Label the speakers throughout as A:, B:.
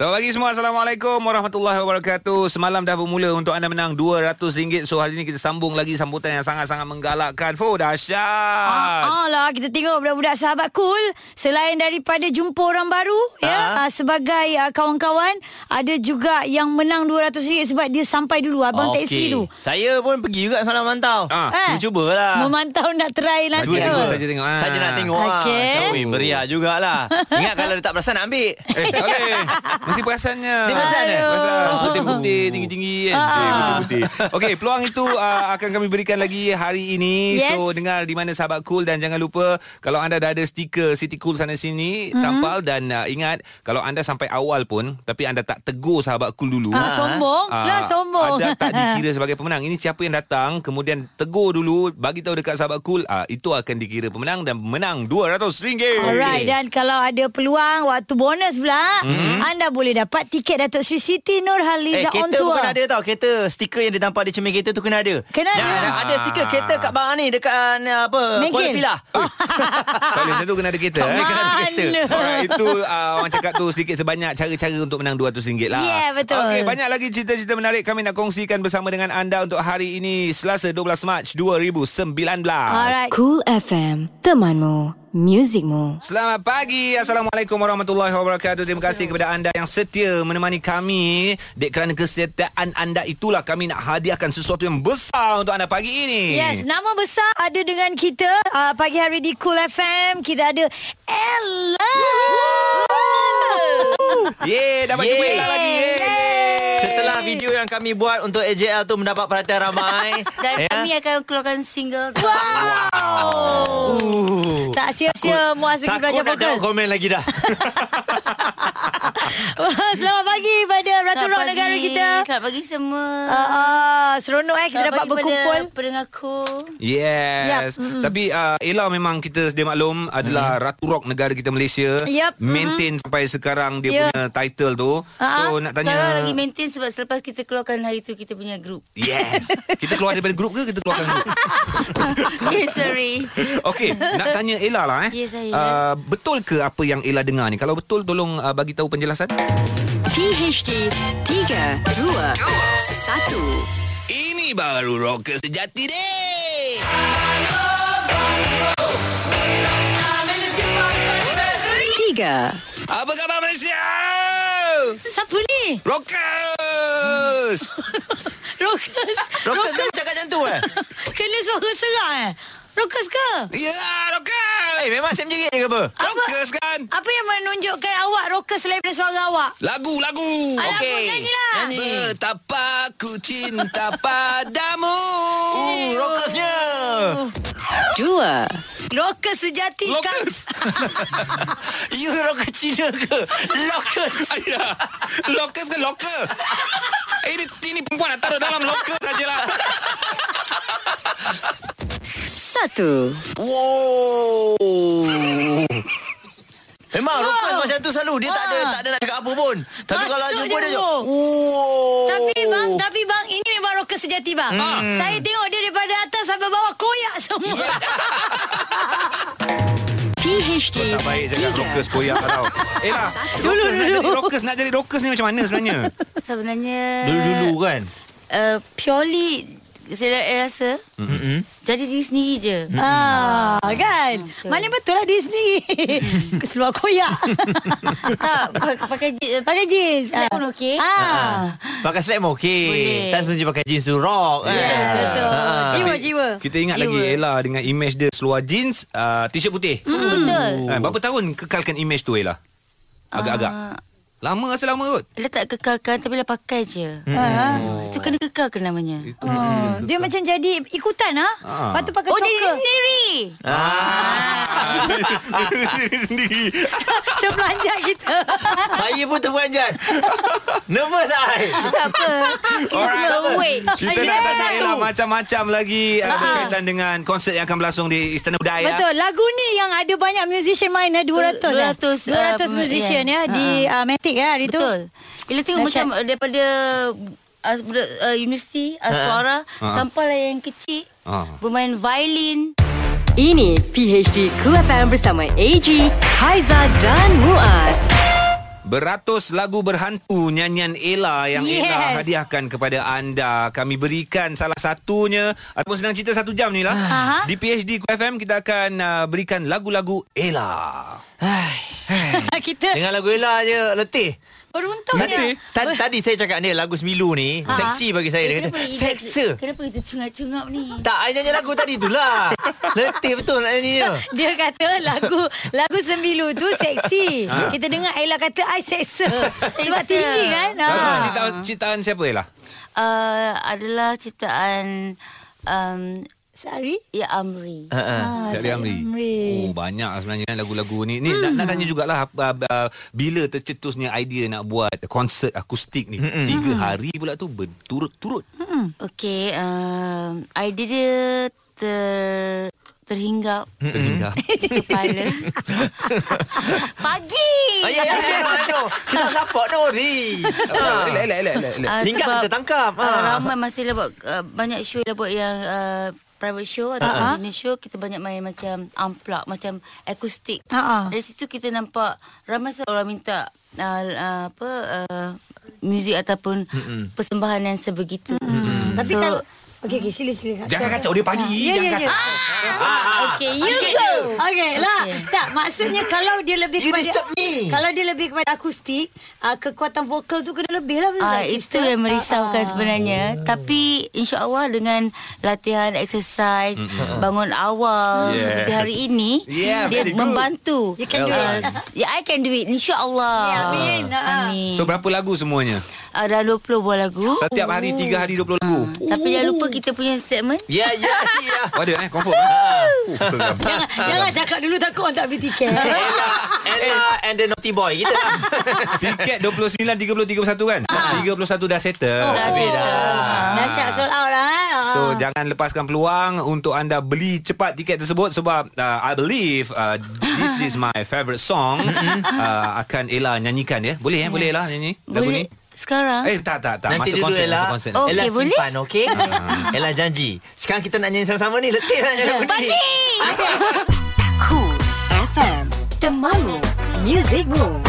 A: Selamat pagi semua Assalamualaikum warahmatullahi wabarakatuh Semalam dah bermula untuk anda menang RM200 So hari ni kita sambung lagi sambutan yang sangat-sangat menggalakkan Fuh dahsyat
B: Ah, ah lah kita tengok budak-budak sahabat cool selain daripada jumpa orang baru ha? ya ah, sebagai ah, kawan-kawan ada juga yang menang RM200 sebab dia sampai dulu abang okay. taksi tu. Eh.
C: Saya pun pergi juga semalam mantau.
A: Ah.
C: Ah. Cubalah.
B: Memantau nak try lah nanti.
A: Cuba,
B: tu.
A: cuba saja tengok ah.
C: Saja nak tengok
B: Okey.
C: ah. Macam, Ui, meriah jugalah. Ingat kalau dia tak perasan nak ambil.
A: Eh tak boleh Mesti perasannya
C: Dia perasan, eh?
A: Perasan
C: Aduh.
A: Putih-putih Tinggi-tinggi kan
B: Ah.
A: Putih-putih Okey peluang itu uh, Akan kami berikan lagi hari ini
B: Yes.
A: So dengar di mana sahabat cool Dan jangan lupa Kalau anda dah ada stiker City Cool sana sini
B: Mhm.
A: mm-hmm. Tampal dan uh, ingat Kalau anda sampai awal pun Tapi anda tak tegur sahabat cool dulu
B: Ah, sombong.
A: Ah,
B: Lah, sombong.
A: Anda tak dikira sebagai pemenang. Ini siapa yang datang kemudian tegur dulu bagi tahu dekat sahabat cool ah itu akan dikira pemenang dan menang RM200.
B: Alright dan kalau ada peluang waktu bonus pula mm-hmm. anda boleh dapat tiket Datuk Sri Siti
C: Eh,
B: Nurhaliza on
C: kereta
B: tour.
C: bukan ada tau. Kereta stiker yang ditampar di cermin kereta tu kena ada.
B: Kena ada.
C: Jangan ada stiker kereta kat barang ni dekat uh, apa?
B: Bengkel.
C: Kuala Pilah.
B: Oh,
A: Tak boleh macam tu kena ada kereta. eh.
C: Kena ada
B: Mana?
C: kereta.
A: Alright, itu uh, orang cakap tu sedikit sebanyak cara-cara untuk menang RM200 lah.
B: Yeah, Ya, betul.
A: Okey, banyak lagi cerita-cerita menarik kami nak kongsikan bersama dengan anda untuk hari ini Selasa 12 Mac 2019.
B: Alright.
D: Cool FM, temanmu, muzikmu.
A: Selamat pagi. Assalamualaikum warahmatullahi wabarakatuh. Terima kasih kepada anda yang setia menemani kami. Dek kerana kesetiaan anda itulah kami nak hadiahkan sesuatu yang besar untuk anda pagi
C: Eh.
A: ini.
B: Yes, nama besar ada dengan kita uh, pagi hari di Cool FM. Kita ada Ella.
A: Yeay, dapat
C: Yeay.
A: jumpa Ella lah lagi. Yeay.
C: Setelah video yang kami buat untuk AJL tu mendapat perhatian ramai.
E: Dan
A: Eh?
E: yeah. kami akan keluarkan single
B: Wow.
C: Uh,
B: Tak sia-sia Muaz pergi
C: takut
B: belajar
C: nak
B: vokal.
C: jawab komen lagi dah.
B: Selamat pagi pada Ratu Rock negara kita.
E: Selamat pagi semua
B: Uh, uh, seronok eh kita
E: Selamat
B: dapat
E: pagi
B: berkumpul.
E: pada pendengarku
A: Yes. Yep. Mm. Tapi uh, Ella memang kita sedia maklum adalah mm. ratu rock negara kita Malaysia.
B: Yep.
A: Maintain mm-hmm. sampai sekarang dia
B: Yeah.
A: punya title tu. So Oh, nak tanya
E: Sekarang lagi maintain sebab selepas kita keluarkan hari tu kita punya group
A: Yes. kita keluar daripada grup ke kita keluarkan grup?
E: Okay sorry
A: Okey, nak tanya Ella lah eh.
E: Ya, saya.
A: Uh, betul ke apa yang Ella dengar ni? Kalau betul tolong uh, bagi tahu penjelasan.
D: PHD 3, 2, 1.
A: Ini baru rocker sejati deh.
D: Tiga.
A: Apa khabar Malaysia?
B: Siapa ni?
A: Rockers. kan
B: Rokas.
C: Rokas kau cakap macam tu eh?
B: Kena suara serak eh. Rokas ke?
A: Ya, yeah, rockers.
C: Eh, memang Sam jerit ke apa?
A: Rockers kan?
B: Apa yang menunjukkan awak rokas selain daripada suara awak?
A: Lagu, lagu.
B: Alah,
C: Okey.
B: okay. nyanyi lah.
C: Nyanyi.
A: Betapa ku cinta padamu.
C: Uh, rokasnya.
D: Dua.
B: Rokas sejati kan.
A: Lokus.
C: You rokas Cina ke? Lokas.
A: Ayah. Lokus ke loker? Ini, ini perempuan nak taruh dalam loker sajalah.
D: Satu.
C: Wow. Memang wow. rokas macam tu selalu. Dia tak ada
B: Ah.
C: tak ada nak cakap apa pun. Tapi
B: Masuk
C: kalau jumpa
B: je
C: dia
B: dulu.
C: macam wow.
B: Tapi bang, tapi bang, ini memang rokas sejati bang. Hmm. Saya tengok dia daripada atas sampai bawah koyak semua.
D: PHD
A: Tak baik cakap rockers koyak tau. Eh lah.
B: Dulu,
A: rockers nak
B: dulu.
A: jadi Rockers nak jadi rockers ni macam mana sebenarnya?
E: Sebenarnya
C: Dulu-dulu kan.
E: uh, Purely Saya rasa mm-hmm. Jadi diri sendiri je
B: Ah, kan? Mana betul lah dia sendiri. Keseluar koyak.
E: Tak pa- Pakai je-
B: Pakai jeans.
E: Slap pun okey.
B: Ah.
C: Pakai slap pun okey.
E: Boleh.
C: Tak semestinya pakai jeans tu rock.
B: Ya,
C: kan?
B: betul.
C: Ah.
B: Jiwa-jiwa.
A: Kita ingat lagi Ella dengan image dia seluar jeans, uh, t-shirt putih.
B: Hmm.
E: Betul
B: Oh.
A: Eh, berapa tahun kekalkan image tu Ella? Agak-agak. Lama rasa lama kot.
E: Dia tak kekalkan Tapi dia pakai je
B: Ah.
A: Oh.
E: Itu kena kekalkan namanya
B: Oh, dia macam jadi ikutan ha?
A: Ah.
B: Lepas tu pakai
E: Oh
B: choker.
E: diri sendiri
B: Terpelanjat kita.
C: Saya pun terperanjat. Nervous ai.
E: Tak apa Kita semua awake
A: Kita
B: Yes. Ah.
A: nak tanya Ella macam-macam lagi uh, berkaitan dengan konsert yang akan berlangsung di Istana Budaya.
B: Betul. Lagu ni yang ada banyak musician main eh 200 eh.
E: 200,
B: 200
E: ah,
B: musician ya
E: yeah.
B: di uh, Matic ya hari tu.
E: Betul. Bila tengok
B: Dahsyat.
E: macam daripada as, budak uh, universiti Aswara
A: Ha.
E: Sampailah yang kecil
A: Ha.
E: Bermain violin
D: Ini PHD Cool FM bersama AG, Haiza dan Muaz.
A: Beratus lagu berhantu nyanyian Ella yang yes.
B: Yes.
A: Ella hadiahkan kepada anda. Kami berikan salah satunya ataupun senang cerita satu jam ni lah.
B: Aha.
A: Di PhD QFM kita akan uh, berikan lagu-lagu Ella.
B: Kita
C: Dengan lagu Ella je letih.
B: beruntungnya.
C: Tadi, tadi saya cakap ni lagu Semilu ni ha. seksi bagi saya dia kata
E: Eh, kita-
C: seksa.
E: Kenapa kita cungap-cungap ni
C: Tak, I nyanyi lagu tadi tu lah. letih betul nak nyanyi dia.
B: Dia kata lagu lagu sembilu tu seksi.
A: Ha.
B: Kita dengar Ella kata I seksa. Sebab tinggi kan. Ha.
A: Lagu ciptaan, ciptaan siapa Ella?
E: uh, Adalah ciptaan um,
B: Sari.
E: Ya Amri
C: Ha, ha.
B: Ah,
A: Cik Ali Amri.
B: Amri.
A: Oh banyak sebenarnya kan lagu-lagu ni. Ni hmm. nak, nak tanya jugalah uh, uh, bila tercetusnya idea nak buat konsert akustik ni. Mm-mm. Tiga hari pula tu berturut-turut.
C: ha.
E: Okay um, Idea dia ter, Terhinggap
A: Terhingga.
E: Kepala Pagi
C: Ayah, ayah, ayah, ayah. Kita support Nori.
A: Ah, Elak, elak, elak, elak, elak.
E: Ah,
C: Hinggap
E: sebab,
C: kita tangkap,
E: ah,
C: ah.
E: Ramai masih lah buat uh, Banyak show lah buat yang uh, Private show Atau uh-huh. show Kita banyak main macam Unplug Macam akustik
B: Ah, ah.
E: Dari situ kita nampak Ramai sekali orang minta uh, uh, Apa uh, Muzik ataupun Mm-mm. Persembahan yang sebegitu Mm-mm.
B: Tapi kalau Okey, okey, sila, sila.
A: Jangan kacau dia pagi.
B: Ya, ya, ya.
E: ah, Okay you go
B: Okey lah. Tak, maksudnya kalau dia lebih
C: You
B: kepada
C: disturb me.
B: kalau dia lebih kepada akustik, uh, kekuatan vokal tu kena lebih lah betul
E: Ah,
B: tak,
E: itu
B: sister?
E: yang
B: Ah,
E: merisaukan
B: ah.
E: sebenarnya Tapi insyaAllah dengan latihan, exercise Bangun awal
A: Yeah.
E: seperti hari ini
A: Yeah,
E: Dia
A: very good.
E: membantu
B: You can do
E: Ah,
B: it.
E: s- yeah, I can do it InsyaAllah
B: Yeah, amin. Ah.
E: Amin Ah,
A: So berapa lagu semuanya?
E: Ada 20 buah lagu
A: Setiap hari tiga hari 20 lagu.
E: Tapi jangan lupa kita punya segmen
C: Ya, ya, ya.
A: Oh, ada eh confirm. eh? Oh, seram.
B: Jangan, jangan cakap dulu takut orang tak beli tiket.
E: Ah.
C: Ella, Ella and the Naughty Boy. Kita dah.
A: Tiket 29 30 31 kan? 31 dah settle.
E: Habis dah.
B: Nasyat sold out lah. eh. Ah.
A: So jangan lepaskan peluang untuk anda beli cepat tiket tersebut sebab uh, I believe uh, this is my favorite song uh, akan Ella nyanyikan ya. Boleh eh? Boleh Ella nyanyi lagu
E: Boleh Ah.
A: ni?
E: sekarang
A: Eh tak tak tak masa
C: Nanti dulu
A: konsert
C: Ella.
A: masa konsert.
E: Oh.
C: Ella
E: Okey, boleh?
C: simpan, okey? Ah. Ella janji. Sekarang kita nak nyanyi sama-sama ni. Letih lah nyanyi lagu ni.
D: Cool FM, The Mamu, Music Rules.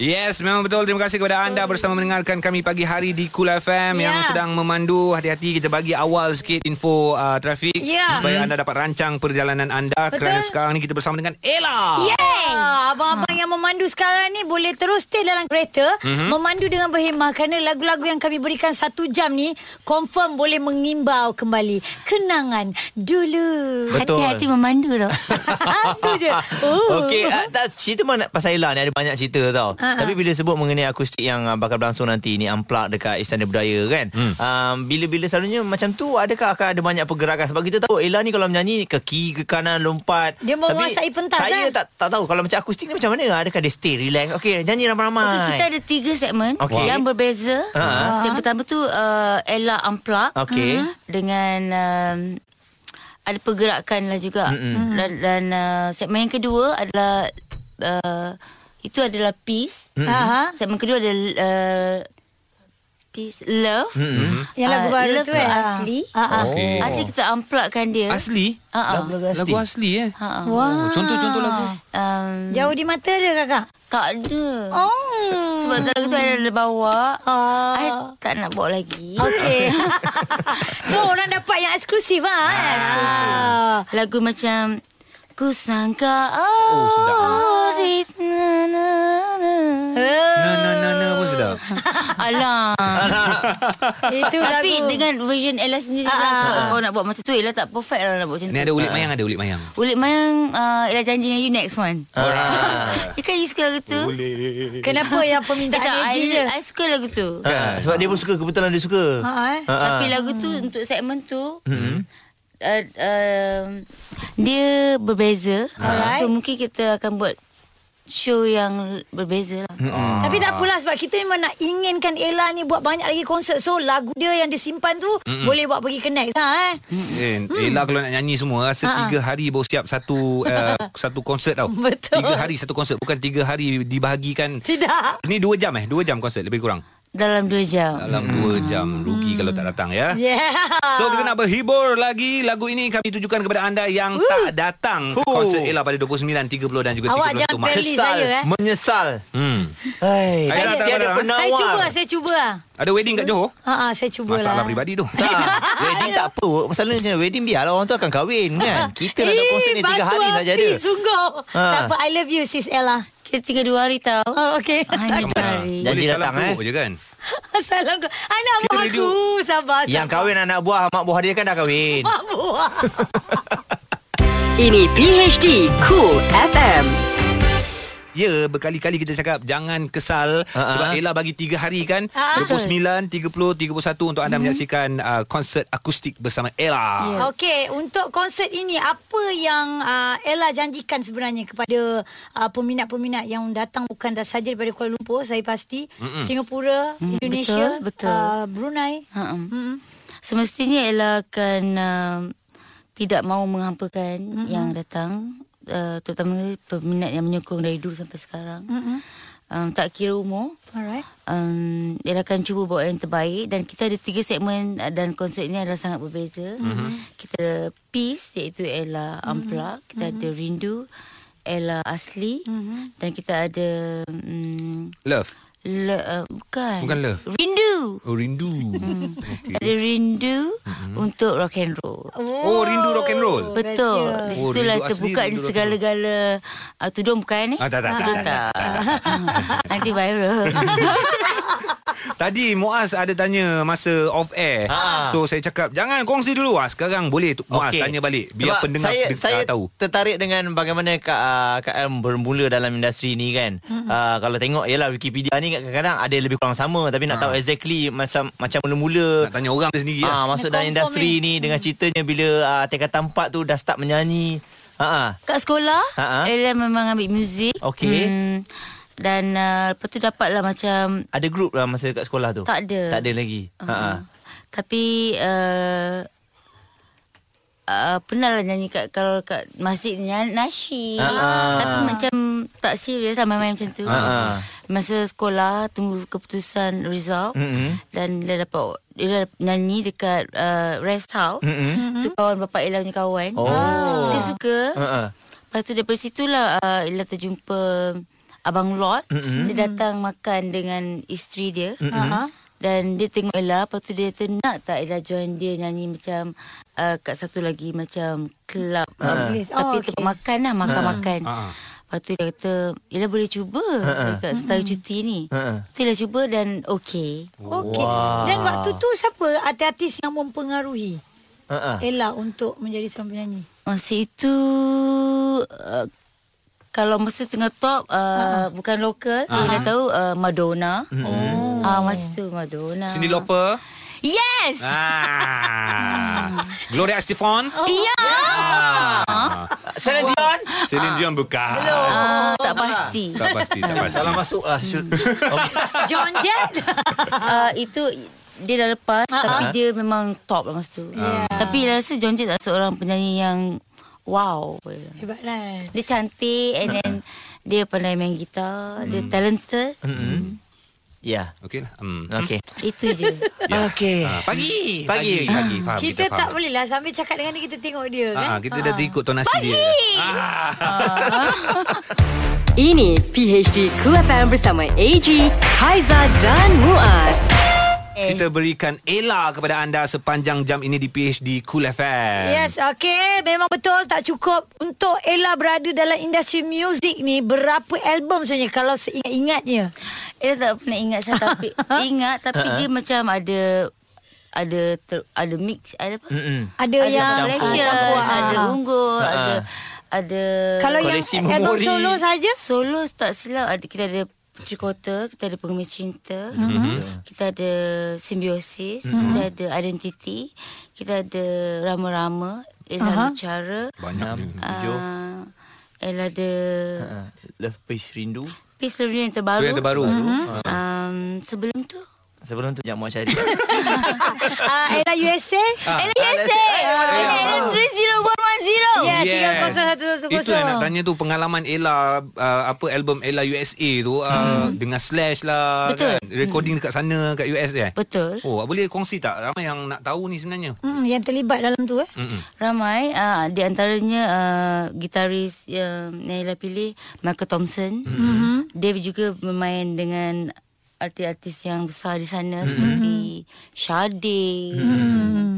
A: Yes memang betul terima kasih kepada anda bersama mendengarkan kami pagi hari di Cool FM yang
B: Ya.
A: sedang memandu hati-hati kita bagi awal sikit info uh, trafik
B: Ya.
A: supaya anda dapat rancang perjalanan anda
B: Betul.
A: kerana sekarang ni kita bersama dengan Ella.
B: Yeay. Ah, Abang-abang yang memandu sekarang ni boleh terus stay dalam kereta,
C: Mhm.
B: memandu dengan berhemah kerana lagu-lagu yang kami berikan satu jam ni confirm boleh mengimbau kembali kenangan dulu.
C: Betul.
E: Hati-hati memandu tau
B: Itu je. Oh.
C: Okey, uh, tak, cerita mana pasal Ella ni ada banyak cerita tau.
B: Ha, ha.
C: Tapi bila sebut mengenai akustik yang uh, bakal berlangsung nanti ni amplak dekat Istana Budaya kan. Um, bila-bila selalunya macam tu adakah akan ada banyak pergerakan sebab kita tahu Ella ni kalau menyanyi ke kiri ke kanan lompat.
B: Dia menguasai
C: Tapi
B: pentas,
C: Saya
B: kan?
C: tak tak tahu kalau macam akustik ni macam mana? Adakah dia stay relax? Okey, nyanyi
B: Oh,
C: ramai-ramai.
E: Okay, kita ada tiga segmen
C: Okey.
E: okay. yang berbeza.
C: Ha.
E: Uh-huh. Yang pertama tu uh, Ella Unplug
C: Okey.
E: dengan um, ada pergerakan lah juga. Mm-mm. Dan, dan uh, segmen yang kedua adalah uh, itu adalah peace.
A: Mm-hmm.
B: Ha.
E: Segmen kedua ada uh, peace love. Mm-hmm.
B: Yang lagu baru
E: love lah
B: tu eh.
E: Asli.
B: Ha, ha.
A: Okey.
E: Oh. Asli kita unplugkan dia.
A: Asli?
E: Ha.
C: Lagu-
E: Uh-uh.
C: lagu
A: Lagu asli eh.
E: Ha.
B: Wah.
A: Oh, contoh-contoh lagu.
E: Um,
B: Jauh di mata dia kakak.
E: tak ada.
B: Oh.
E: Sebab kalau tu ada dia bawa
B: Ah.
E: I tak nak bawa lagi
B: Okey. so orang dapat yang eksklusif ah. eh? Ah.
E: Lagu macam Ku sangka
A: Oh, sedap.
E: Oh di- na, na, na.
A: Na na na na pun sedap.
E: Alah
B: Itu
E: Tapi
B: lagu.
E: dengan version Ella sendiri
B: Ah, ah,
E: lah, Kau nak buat macam tu Ella tak perfect lah nak buat macam
A: Ni
E: tu
A: ada ulit mayang ada ulit mayang.
E: Ulit mayang uh, Ella janji dengan you next one
C: Ah.
E: You kan you suka lagu tu Ulit
B: kenapa yang
E: Tak,
B: permintaan AG je?
E: I, I suka lagu
A: Ah,
E: tu
C: Ha, sebab dia pun suka kebetulan dia suka.
B: Ha, eh.
C: Ha, ha.
E: Tapi lagu tu untuk segmen tu uh, um, dia berbeza.
B: Alright.
E: So mungkin kita akan buat show yang berbeza lah.
B: Tapi tak apalah sebab kita memang nak inginkan Ella ni buat banyak lagi konsert. So lagu dia yang dia simpan tu Mm-mm. boleh buat pergi ke next. Ha eh.
A: Eh, Ella kalau nak nyanyi semua rasa tiga hari baru siap satu uh, satu konsert tau.
B: Betul.
A: Tiga hari satu konsert bukan tiga hari dibahagikan.
B: Tidak.
A: Ni dua jam eh, dua jam konsert lebih kurang.
E: Dalam dua jam.
A: Dalam 2 jam Rugi kalau tak datang ya
B: Yeah.
A: So kita nak berhibur lagi Lagu ini kami tujukan kepada anda Yang Woo. tak datang Woo. Konsert Ella pada 29, 30 dan juga 31
B: Awak jangan
A: Mac
B: playlist saya eh.
C: Menyesal.
A: hmm.
C: Hai,
A: Saya-
C: tiada- tiada
A: saya
C: penawar.
B: Saya cuba, saya cuba.
A: Ada wedding kat Johor?
B: Ha ah, saya cubalah.
A: Masalah peribadi tu
C: Tak, wedding tak apa. Masalahnya macam wedding biarlah orang tu akan kahwin kan.
B: Ah.
C: Kita
B: Eh,
C: dah tak konsert ni 3 hari saja ada.
B: Sungguh.
C: Ha.
B: Tak apa, I love you sis Ella.
E: Kita tinggal dua hari tau.
B: Oh, okay.
C: Ah,
E: Hanya dua hari.
C: Jangan
A: Boleh
C: datang,
A: salam
C: eh.
A: teruk je kan
B: Salam kau. Anak
A: Kita
B: buah
A: radio.
B: aku. Sabar, sabar.
C: Yang kahwin anak buah, mak buah dia kan dah kahwin.
B: Mak buah.
D: Ini PHD Cool FM.
A: Ya berkali-kali kita cakap Jangan kesal uh-huh.
C: Ha-ha.
A: Sebab Ella bagi 3 hari kan
B: Ha-ha.
A: uh-huh. 29, 30, 31 Untuk anda hmm. Ya. menyaksikan uh, Konsert akustik bersama Ella yeah.
B: Okey, untuk konsert ini apa yang uh, Ella janjikan sebenarnya kepada uh, peminat-peminat yang datang bukan dah saja daripada Kuala Lumpur, saya pasti Mm-mm. Singapura,
E: Mm,
B: Indonesia,
E: betul, betul.
B: Uh, Brunei.
E: Ha.
B: Mm-mm.
E: Semestinya Ella akan um, tidak mahu menghampakan mm-hmm. yang datang uh, terutama peminat yang menyokong dari dulu sampai sekarang.
B: Hmm.
E: Mm-hmm. Um, tak kira umur.
B: Alright.
E: Um, Ella akan cuba buat yang terbaik dan kita ada tiga segmen uh, dan konsert ini adalah sangat berbeza.
A: Mhm.
E: Mm-hmm. Kita ada Peace iaitu Ella Ampla, mm-hmm. kita
A: Mhm.
E: mm-hmm. ada Rindu Ella Asli mm-hmm. dan kita ada um,
A: Love
E: le, uh, bukan
A: Bukan love.
E: Rindu.
A: Oh rindu hmm.
E: Ada rindu
A: Mhm.
E: untuk rock and roll.
A: Oh rindu rock and roll
E: Betul.
B: bestnya.
E: Di
A: Oh,
E: situlah
A: rindu asli, rindu rock
E: terbuka
A: and roll.
E: segala-gala uh, tudung bukan eh?
A: Ah, tak, tak, tak,
E: Tudung
A: tak, tak,
E: Nanti viral.
A: Tadi Muaz ada tanya masa off air.
C: Ha.
A: So saya cakap jangan kongsi dulu ah. Sekarang boleh tu Muaz okay. tanya balik biar
C: Sebab
A: pendengar
C: saya,
A: deng-
C: saya
A: ah, tahu.
C: tertarik dengan bagaimana Kak, uh, Kak El bermula dalam industri ni kan. Mm-hmm. Uh, kalau tengok ialah Wikipedia ni kadang-kadang ada lebih kurang sama tapi nak tahu exactly macam macam mula-mula
A: Nak tanya orang dia sendiri
C: Ah,
A: ah.
C: masuk
B: Kena
C: dalam
B: confirm
C: industri
B: ni. Mm.
C: ni dengan ceritanya bila ah, tingkatan 4 tu dah start menyanyi. Ha ah.
E: Kat sekolah,
C: Ha, ha.
E: Ella memang ambil muzik.
C: Okey.
E: Hmm, dan uh, lepas tu dapatlah macam
C: Ada grup lah masa kat sekolah tu.
E: Tak
C: Tak
E: ada.
C: ada lagi. Ha ah.
E: Tapi uh, uh, pernah lah nyanyi kat kalau kat masjid ni nyanyi nasyid.
C: Ah.
E: Tapi macam tak serius lah main-main macam tu.
C: Ah.
E: Masa sekolah tunggu keputusan result
C: Mm-mm.
E: dan dia dapat dia dapat nyanyi dekat uh, rest house. Mm-hmm. Tu kawan bapak Ella punya kawan.
C: Oh.
E: Suka-suka.
C: Ha ah.
E: Lepas tu daripada situlah uh, Ella terjumpa Abang Lot mm-hmm. Dia datang makan dengan isteri dia
B: Ha.
E: dan dia tengok Ella Lepas tu dia kata nak tak Ella join dia nyanyi macam uh, Kat satu lagi macam Club uh,
B: Majlis.
E: Tapi
B: Oh,
E: oh,
B: okey.
E: tempat makan lah Makan-makan uh. Lepas tu dia kata Ella boleh cuba uh Dekat setahun cuti ni
C: Ha.
E: uh Tu Ella cuba dan okay
B: Okey. Dan waktu tu siapa artis-artis yang mempengaruhi
C: Ha ah.
E: Eh,
B: Ella untuk menjadi seorang penyanyi?
E: Masa itu uh, kalau masa tengah top uh, bukan lokal, uh-huh. Ella tahu uh, Madonna. Oh. Ah masa tu Madonna.
A: Cindy Lauper.
E: Yes.
A: Ah. Gloria Estefan.
E: Ya.
C: Celine Dion.
A: Celine Dion bukan.
E: Ah, tak pasti.
A: Tak pasti, tak pasti.
C: Salah masuk lah. Syul. Okey.
B: John Jett.
E: uh, itu dia dah lepas uh-huh. tapi dia memang top lah masa tu. Yeah. Tapi dia rasa John Jett adalah seorang penyanyi yang wow.
B: Hebat kan?
E: Dia cantik and then dia pandai main gitar, dia talented.
C: Ya.
A: Okey lah. Hmm.
C: Okey.
E: Itu je.
A: Ya.
C: Okey.
A: Ah, pagi.
C: Eh. Pagi.
A: Pagi. pagi. Faham,
B: Kita,
A: faham.
B: tak boleh lah sambil cakap dengan dia kita tengok dia kan.
A: Ah, kita dah terikut tonasi dia. Ah.
D: Ini PHD Cool FM bersama AG, Haiza dan Muaz.
A: Kita berikan Ella kepada anda sepanjang jam ini di PHD Cool FM.
B: Yes, okay. Memang betul tak cukup. Untuk Ella berada dalam industri muzik ni, berapa album sebenarnya kalau seingat-ingatnya?
E: Dia Eh, tak pernah ingat saya tapi ingat tapi dia macam ada ada ter, ada mix ada apa?
C: Mm-mm.
B: Ada,
E: Ada
B: yang
E: Malaysia,
B: Ah, Papua.
E: ada Unggul, ada ada
B: Kalau yang
C: Koleksi
B: album
C: memori.
B: solo saja?
E: Solo tak silap ada kita ada Putri Kota, kita ada Pengemis Cinta, mm-hmm. kita ada Simbiosis, mm-hmm. kita ada Identity, kita ada Rama-Rama, Ella uh-huh. Bicara,
A: Banyaknya.
C: Tujuh.
E: uh, Ella ada
C: Ah, Love Peace Rindu.
E: Peace Love yang
A: Itu
E: terbaru.
A: yang terbaru.
E: Um, sebelum tu
C: Sebelum tu Jamuan Syari.
B: Ah, Ella USA?
E: Ella USA
B: Ah,
C: Ella-
E: Ella 30117
B: Ya,
A: Oh, Yes.
B: 30110.
A: Itu yang nak tanya tu Pengalaman Ella uh, Apa album Ella USA tu uh, Dengan Slash lah
E: Betul.
A: kan? Recording dekat sana Kat US eh
E: Betul.
A: Oh boleh kongsi tak Ramai yang nak tahu ni sebenarnya
B: Hmm, yang terlibat dalam tu eh.
E: Ramai uh, Di antaranya uh, Gitaris uh, Yang Ella pilih Michael Thompson mm-hmm. Dia juga bermain dengan Artis-artis yang besar di sana mm-hmm. Seperti Sade mm-hmm.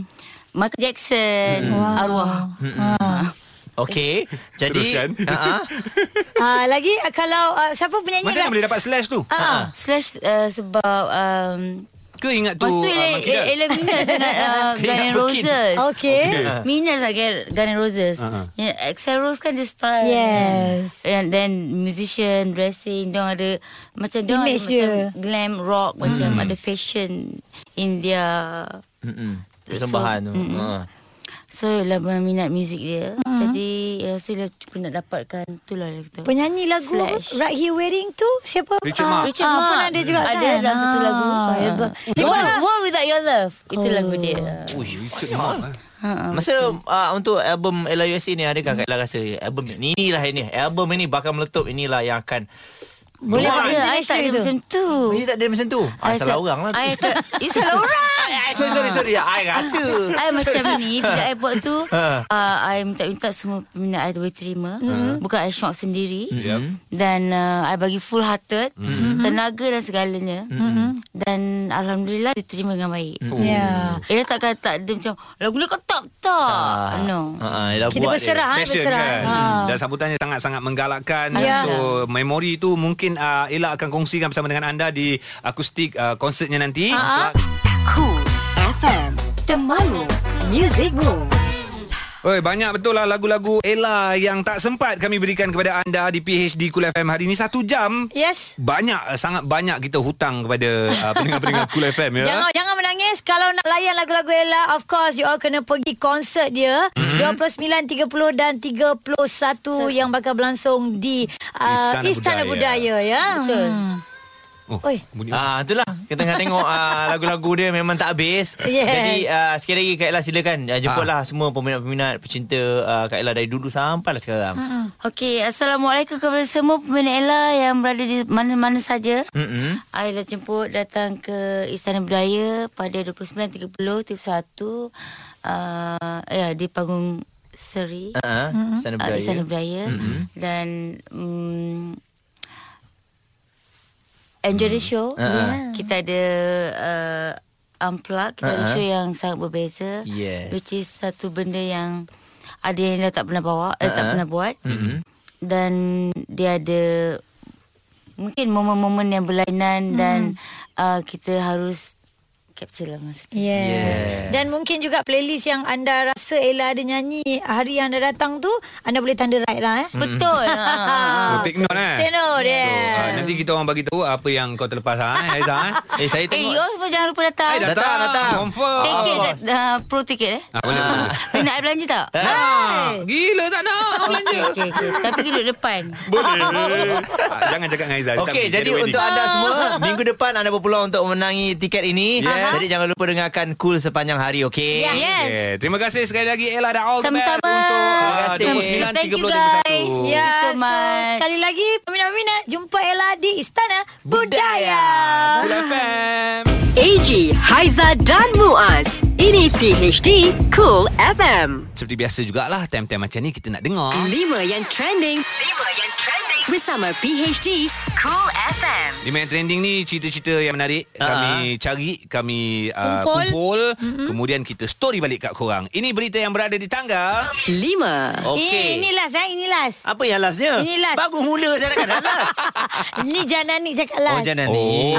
E: Michael Jackson mm-hmm. Arwah
C: Okey. Jadi
A: Teruskan.
C: uh-uh.
B: Ah, lagi ah, kalau ah, siapa penyanyi
A: Macam mana
B: lah?
A: boleh dapat Slash tu
E: ah. Slash uh, sebab um,
A: Ke ingat tu
E: Lepas tu
A: uh, Mak
E: ah, Ella,
A: Kidal?
E: Ella minat sangat uh,
C: Ingat
E: Guns N'
C: Bukit.
E: Roses
B: Okey.
E: Minat lah Gar- Garden Roses
C: Ha,
A: Ah, ah.
E: uh-huh. yeah, Axel Rose kan dia style
B: Yes.
E: And then musician Dressing Diorang ada Macam diorang ada
B: Image
E: macam
B: dia.
E: Glam rock Macam
C: Hmm.
E: ada fashion In their
C: Mm-mm. Persembahan tu.
E: Mm-mm.
C: Ha.
E: So lah minat muzik dia Jadi uh, Saya lah cukup nak dapatkan Itulah dia kata
B: Penyanyi lagu apa?
E: Slash.
B: Right Here Wearing tu siapa?
A: Richard
B: Ah,
A: Mark.
E: Richard
B: ah,
E: Mark
B: Pernah ada juga
E: Ada
B: kan?
E: dalam satu
B: Ah,
E: lagu
B: hebat.
E: Ah. World, World Without Your Love Itu
B: Oh.
E: lagu dia
A: Ui, Richard Mark eh.
C: Masa uh, untuk album Ella USA ni adakah Kak Ella rasa album ni inilah ini album ini bakal meletup inilah yang akan
E: Boleh
C: Wah,
E: ada I
B: international
E: tak ada
B: tu.
E: macam tu
C: Ini tak ada macam tu. Ah,
E: I
C: salah
E: sa-
C: orang lah.
E: I, ke- you salah orang
A: Eh,
C: I, sorry, sorry, sorry.
A: Ah.
C: I rasa.
E: I macam ni Bila I buat tu
C: Ha.
E: uh, I minta-minta semua Peminat I boleh terima Bukan I shock sendiri
A: Yep.
E: Dan uh, I bagi full hearted Tenaga dan segalanya Hmm. Dan Alhamdulillah Diterima dengan baik
A: Hmm.
E: Uh,
B: Ya.
E: Ella takkan tak Dia macam Lagu ni kau tak Tak No
C: Ha, Ella
B: Kita
C: buat
B: berserah,
C: dia.
B: ah,
A: Passion
B: berserah.
A: kan
B: Ha.
A: Dan sambutannya sangat-sangat menggalakkan
B: Ya.
A: So memori tu mungkin uh, Ella akan kongsikan bersama dengan anda Di akustik uh, konsertnya nanti
B: Ha-ha.
D: Cool FM Temanmu Music Moves
A: Oi, banyak betul lah lagu-lagu Ella yang tak sempat kami berikan kepada anda di PHD Cool FM hari ini. Satu jam.
B: Yes.
A: Banyak, ah, sangat banyak kita hutang kepada uh, pendengar-pendengar Cool FM ya.
B: Jangan jangan menangis kalau nak layan lagu-lagu Ella of course you all kena pergi konsert dia mm-hmm. 29 30 dan 31 yang bakal berlangsung di uh,
A: Istana
B: Istana, Istana
A: Budaya.
B: Budaya. ya.
E: Betul.
A: Oh,
B: Oi.
A: bunyi apa?
C: Ah itulah kita tengah tengok ah, lagu-lagu dia memang tak habis.
B: Yes.
C: Jadi ah, sekali lagi Kak Ella silakan ah, jemputlah semua peminat-peminat pecinta ah, Kak Ella dari dulu sampailah sekarang.
E: Okey, Assalamualaikum kepada semua peminat Ella yang berada di mana-mana saja.
B: Ah.
C: Mm-mm.
E: Saya dah jemput datang ke Istana Budaya pada 29.30 31 uh, ya di panggung Seri
C: Ha. Uh-huh. Sana
B: Ah,
E: uh,
C: budaya.
E: Istana Budaya mm-hmm. dan um, enjoy
C: Mm.
E: the show.
C: Ah, Ha-ha.
E: Kita ada uh, unplug, kita ada
C: Ha-ha.
E: show yang sangat berbeza
C: Ah, Yes.
E: which is satu benda yang ada yang dia tak pernah bawa,
C: Ah,
E: uh tak pernah buat. Mm-hmm. Dan dia ada mungkin momen-momen yang
C: Mm-hmm.
E: berlainan dan uh, kita harus capture lah masa tu.
B: Yeah.
C: Yes.
B: Dan mungkin juga playlist yang anda rasa Ella ada nyanyi hari yang anda datang tu anda boleh tanda right lah eh.
E: Betul.
A: Oh,
E: ha.
A: take note eh.
B: Take note,
A: So,
B: yeah.
A: ah, nanti kita orang bagi tahu apa yang kau terlepas ha, Aiza. eh.
C: Eh saya
E: Eh,
C: tengok
E: you all semua jangan lupa datang.
A: Eh, datang, datang.
C: Datang, datang.
A: Confirm.
E: Tiket kat uh, pro tiket eh.
A: Ah, boleh, boleh.
E: Kena nak belanja tak? Ha?
A: Ah, gila tak nak orang belanja.
E: Okey, okey, okey. Tapi kita duduk depan.
A: Boleh. Ah, Jangan cakap dengan Aiza.
C: Okey, jadi untuk
B: Ah.
C: anda semua minggu depan anda berpeluang untuk menangi tiket ini.
A: Yeah.
C: Jadi jangan lupa dengarkan cool sepanjang hari, okey?
B: Ya.
E: Yeah. Yes.
A: Okay. Terima kasih sekali lagi Ella dan all
E: Sama-sama.
A: the best
C: Terima
A: untuk ah,
C: kasih.
A: uh, 29,
E: Thank you
A: 30, 31.
E: guys. Yeah.
B: Ya,
E: Thank you so much.
B: sekali lagi peminat-peminat jumpa Ella di Istana Budaya.
A: Cool FM.
D: AG, Haiza dan Muaz Ini PHD Cool FM
A: Seperti biasa jugalah Time-time macam ni kita nak dengar
D: 5 yang trending 5 yang trending Bersama PHD Cool FM
A: Di main trending ni Cerita-cerita yang menarik Kami cari Kami uh, kumpul,
B: Kumpul.
A: kumpul. Mm-hmm. Kemudian kita story balik kat korang Ini berita yang berada di tanggal
D: 5
C: Okey.
B: Eh, ini last eh, ini last.
C: Apa yang lastnya?
B: Ini last.
C: Bagus mula saya nak kata last.
B: Ini Janani cakap last.
C: Oh, jangan ni.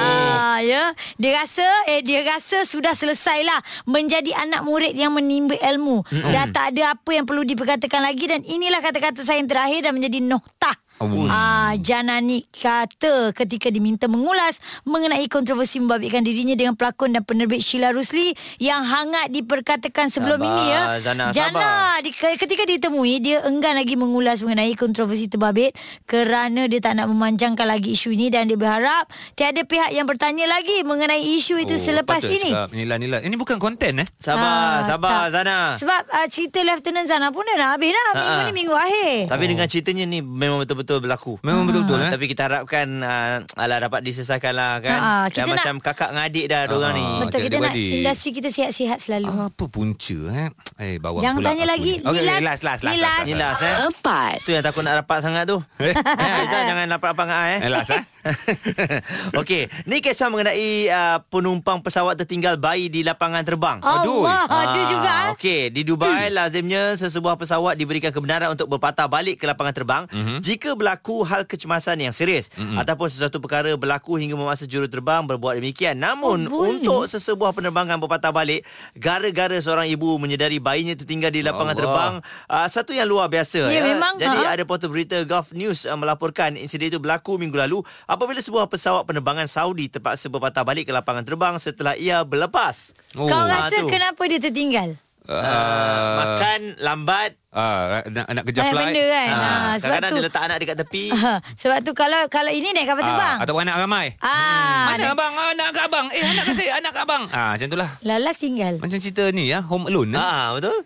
A: Oh.
B: Ah, ya. Dia rasa eh dia rasa sudah selesailah menjadi anak murid yang menimba ilmu. Mm-hmm. Dah tak ada apa yang perlu diperkatakan lagi dan inilah kata-kata saya yang terakhir dan menjadi noktah
A: Oh.
B: Ah, Janani kata ketika diminta mengulas mengenai kontroversi membabitkan dirinya dengan pelakon dan penerbit Sheila Rusli yang hangat diperkatakan sebelum
C: Sabar,
B: ini ya.
C: Zana,
B: Jana
C: sabar.
B: Ah, di, ketika ditemui dia enggan lagi mengulas mengenai kontroversi terbabit kerana dia tak nak memanjangkan lagi isu ini dan dia berharap tiada pihak yang bertanya lagi mengenai isu itu oh, selepas
A: patut
B: ini.
A: Cakap, nilai-nilai. Ini bukan konten eh.
C: Sabar,
B: Ah,
C: sabar
B: tak.
C: Zana.
B: Sebab uh, cerita Lieutenant Zana pun dah nak habis dah. Minggu
C: Ha-ha.
B: ni minggu akhir.
C: Tapi oh. dengan ceritanya ni memang betul-betul berlaku.
A: Eh.
B: Hmm.
A: Memang betul-betul, eh?
C: Tapi kita harapkan uh, alah dapat diselesaikan lah kan.
B: Ha,
C: Ha,
B: kita
C: Dah
B: nak-
C: macam kakak dengan adik dah ha. orang ni.
A: Ah,
B: Betul
A: cakap
B: kita
A: dia Ah.
B: nak
A: balik.
B: industri kita sihat-sihat selalu.
A: Apa punca eh? Eh bawa
B: Jangan
A: pula
B: tanya
A: aku
B: lagi.
A: ni. Okey,
B: Ni
A: okey,
B: last-
A: last last last.
B: ni
A: last,
C: Ni
A: last.
C: last eh.
D: Empat.
C: Tu yang takut nak rapat sangat tu.
A: Eh?
C: eh, Aizah jangan rapat-rapat dengan I eh.
A: Eh, last, eh?
C: Okey, ni kisah mengenai uh, penumpang pesawat tertinggal bayi di lapangan terbang.
A: Aduh.
B: Allah, ada
C: Ah.
B: juga. eh. Hmm.
C: Okey, di Dubai lazimnya sesebuah pesawat diberikan kebenaran untuk berpatah balik ke lapangan terbang mm-hmm. jika berlaku hal kecemasan yang serius mm-hmm. ataupun sesuatu perkara berlaku hingga memaksa juruterbang berbuat demikian. Namun
B: Oh,
C: oh,
B: boleh.
C: untuk sesebuah penerbangan berpatah balik gara-gara seorang ibu menyedari bayinya tertinggal di lapangan
A: Allah.
C: Allah. terbang, uh, satu yang luar biasa
B: Ya,
C: ya.
B: memang,
C: Jadi
B: ha.
C: ada portal berita Gulf News uh, melaporkan insiden itu berlaku minggu lalu apabila sebuah pesawat penerbangan Saudi terpaksa berpatah balik ke lapangan terbang setelah ia berlepas.
A: Oh.
B: Kau
A: Ah,
B: rasa
C: tu.
B: kenapa dia tertinggal? Ah,
C: Uh, makan lambat
A: Ah, nak, nak kejar
B: Banyak
A: flight. Ah.
B: benda kan.
C: Ha,
B: Ha, sebab
C: kadang-kadang
B: tu
C: dia letak anak dekat tepi.
B: Ha, sebab tu kalau kalau ini naik kapal terbang.
A: Ah, ataupun anak ramai.
B: Ah,
A: Mana abang? Ah, anak kat abang. Eh, anak kat saya, anak kat abang. Ah, macam itulah.
B: Lala tinggal.
A: Macam cerita ni ya, Home Alone. eh.
C: Ah, betul.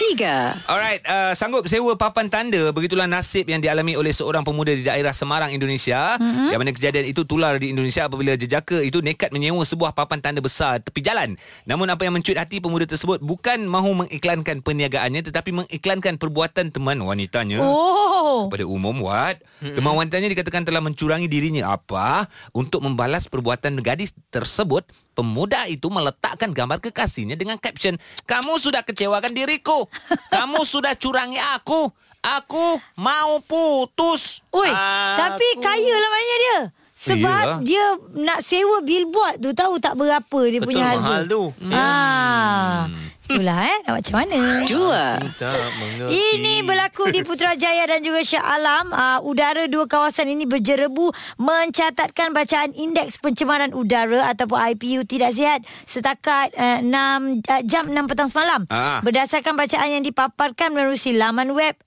D: Tiga.
A: Alright, uh, sanggup sewa papan tanda begitulah nasib yang dialami oleh seorang pemuda di daerah Semarang, Indonesia mm-hmm. yang mana kejadian itu tular di Indonesia apabila jejaka itu nekat menyewa sebuah papan tanda besar tepi jalan. Namun apa yang mencuit hati pemuda tersebut bukan mahu mengiklankan perniagaannya tetapi mengiklankan perbuatan teman wanitanya.
B: Oh.
A: Pada umum Wat Kemauan wanitanya dikatakan telah mencurangi dirinya Apa Untuk membalas perbuatan gadis tersebut Pemuda itu meletakkan gambar kekasihnya dengan caption Kamu sudah kecewakan diriku Kamu sudah curangi aku Aku mau putus
B: Oi,
C: Aku-
B: tapi kaya lah maknanya dia. Sebab
A: Iyalah.
B: dia nak sewa billboard tu tahu tak berapa dia
C: Betul
B: punya harga.
C: mahal tu. Hmm.
B: Ah. Itulah eh nak macam mana.
D: Dua.
C: Tak mengerti.
B: Ini berlaku di Putrajaya dan juga Shah Alam. Uh, udara dua kawasan ini berjerebu mencatatkan bacaan indeks pencemaran udara ataupun IPU tidak sihat setakat uh, 6 uh, jam 6 petang semalam.
A: Ah.
B: Berdasarkan bacaan yang dipaparkan melalui laman web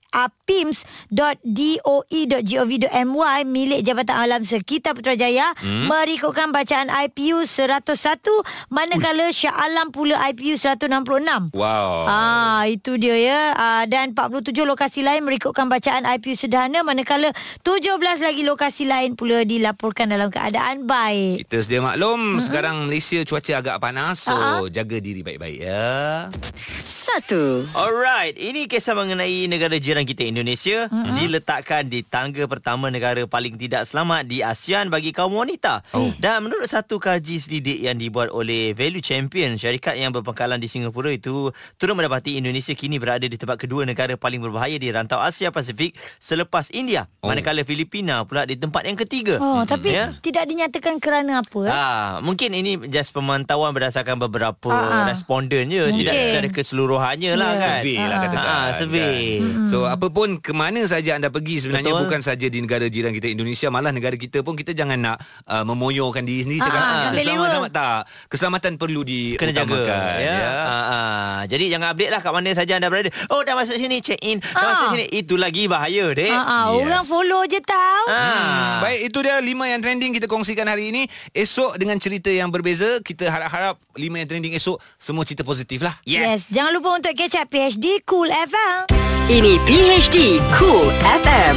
B: E apims.doe.gov.my milik Jabatan Alam Sekitar Putrajaya hmm? merikutkan bacaan IPU 101 manakala Shah Alam pula IPU 166.
A: Wow
B: Ah itu dia ya. Ah, dan 47 lokasi lain merikutkan bacaan IPU sederhana manakala 17 lagi lokasi lain pula dilaporkan dalam keadaan baik.
A: Kita sedia maklum Sekarang Malaysia cuaca agak panas So jaga diri baik-baik ya
D: Satu.
C: Alright, ini kisah mengenai negara jiran kita Indonesia mm-hmm. diletakkan di tangga pertama negara paling tidak selamat di ASEAN bagi kaum wanita. Oh. Dan menurut satu kaji selidik yang dibuat oleh Value Champion, syarikat yang berpangkalan di Singapura itu turut mendapati Indonesia kini berada di tempat kedua negara paling berbahaya di rantau Asia Pasifik selepas India. Oh. Manakala Filipina pula di tempat yang ketiga.
B: Oh tapi
C: Ya.
B: tidak dinyatakan kerana apa. eh?
C: Ah, mungkin ini just pemantauan berdasarkan beberapa
B: Ah, ah.
C: responden je, tidak
B: Mungkin.
C: secara keseluruhannya lah kan.
A: Survey lah katakan
C: Ah, survey.
A: kan. So apa pun ke mana saja anda pergi sebenarnya Betul. bukan
C: Betul.
A: saja di negara jiran kita Indonesia malah negara kita pun kita jangan nak uh, memoyorkan diri sendiri cakap
B: Ah,
A: ah,
B: jangan
A: kita selamat,
B: lewa."
A: selamat tak. Keselamatan perlu di
C: kena jaga
A: utamakan,
C: ya. Ha, ha. Jadi jangan update lah kat mana saja anda berada. Oh dah masuk sini check in, dah
B: Ah.
C: masuk sini itu lagi bahaya dek. Ya.
B: Ah, Hmm. ah,
A: yes.
B: orang follow je tahu.
C: Ah.
A: Baik itu dia lima yang trending kita kongsikan hari ini. Esok dengan cerita yang berbeza kita harap-harap lima yang trending esok semua cerita positif lah.
B: Yes. yes, jangan lupa untuk catch up PHD Cool FM.
D: Ini PHD Cool FM.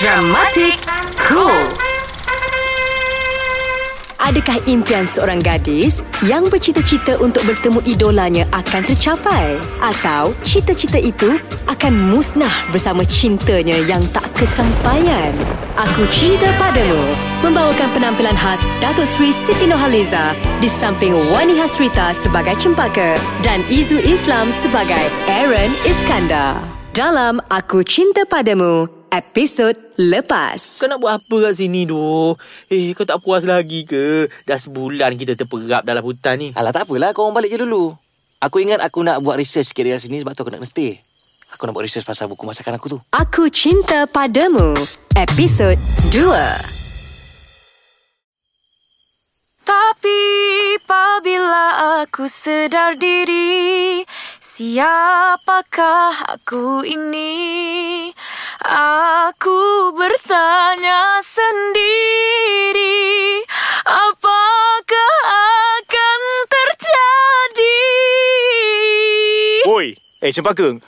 D: Dramatic Cool. Adakah impian seorang gadis yang bercita-cita untuk bertemu idolanya akan tercapai? Atau cita-cita itu akan musnah bersama cintanya yang tak kesampaian? Aku Cinta Padamu membawakan penampilan khas Dato' Sri Siti Nohaliza di samping Wani Hasrita sebagai Cempaka dan Izu Islam sebagai Aaron Iskandar. Dalam Aku Cinta Padamu, episod lepas.
F: Kau nak buat apa kat sini doh? Eh, kau tak puas lagi ke? Dah sebulan kita terperap dalam hutan ni.
G: Alah tak apalah korang balik je dulu. Aku ingat aku nak buat research sikit dekat sini sebab tu aku nak mesti.
F: Aku nak buat research pasal buku masakan aku tu.
D: Aku Cinta Padamu Episod 2
G: Tapi apabila aku sedar diri Siapakah aku ini Aku bertanya sendiri Apakah akan terjadi
H: Oi, eh Cempaka,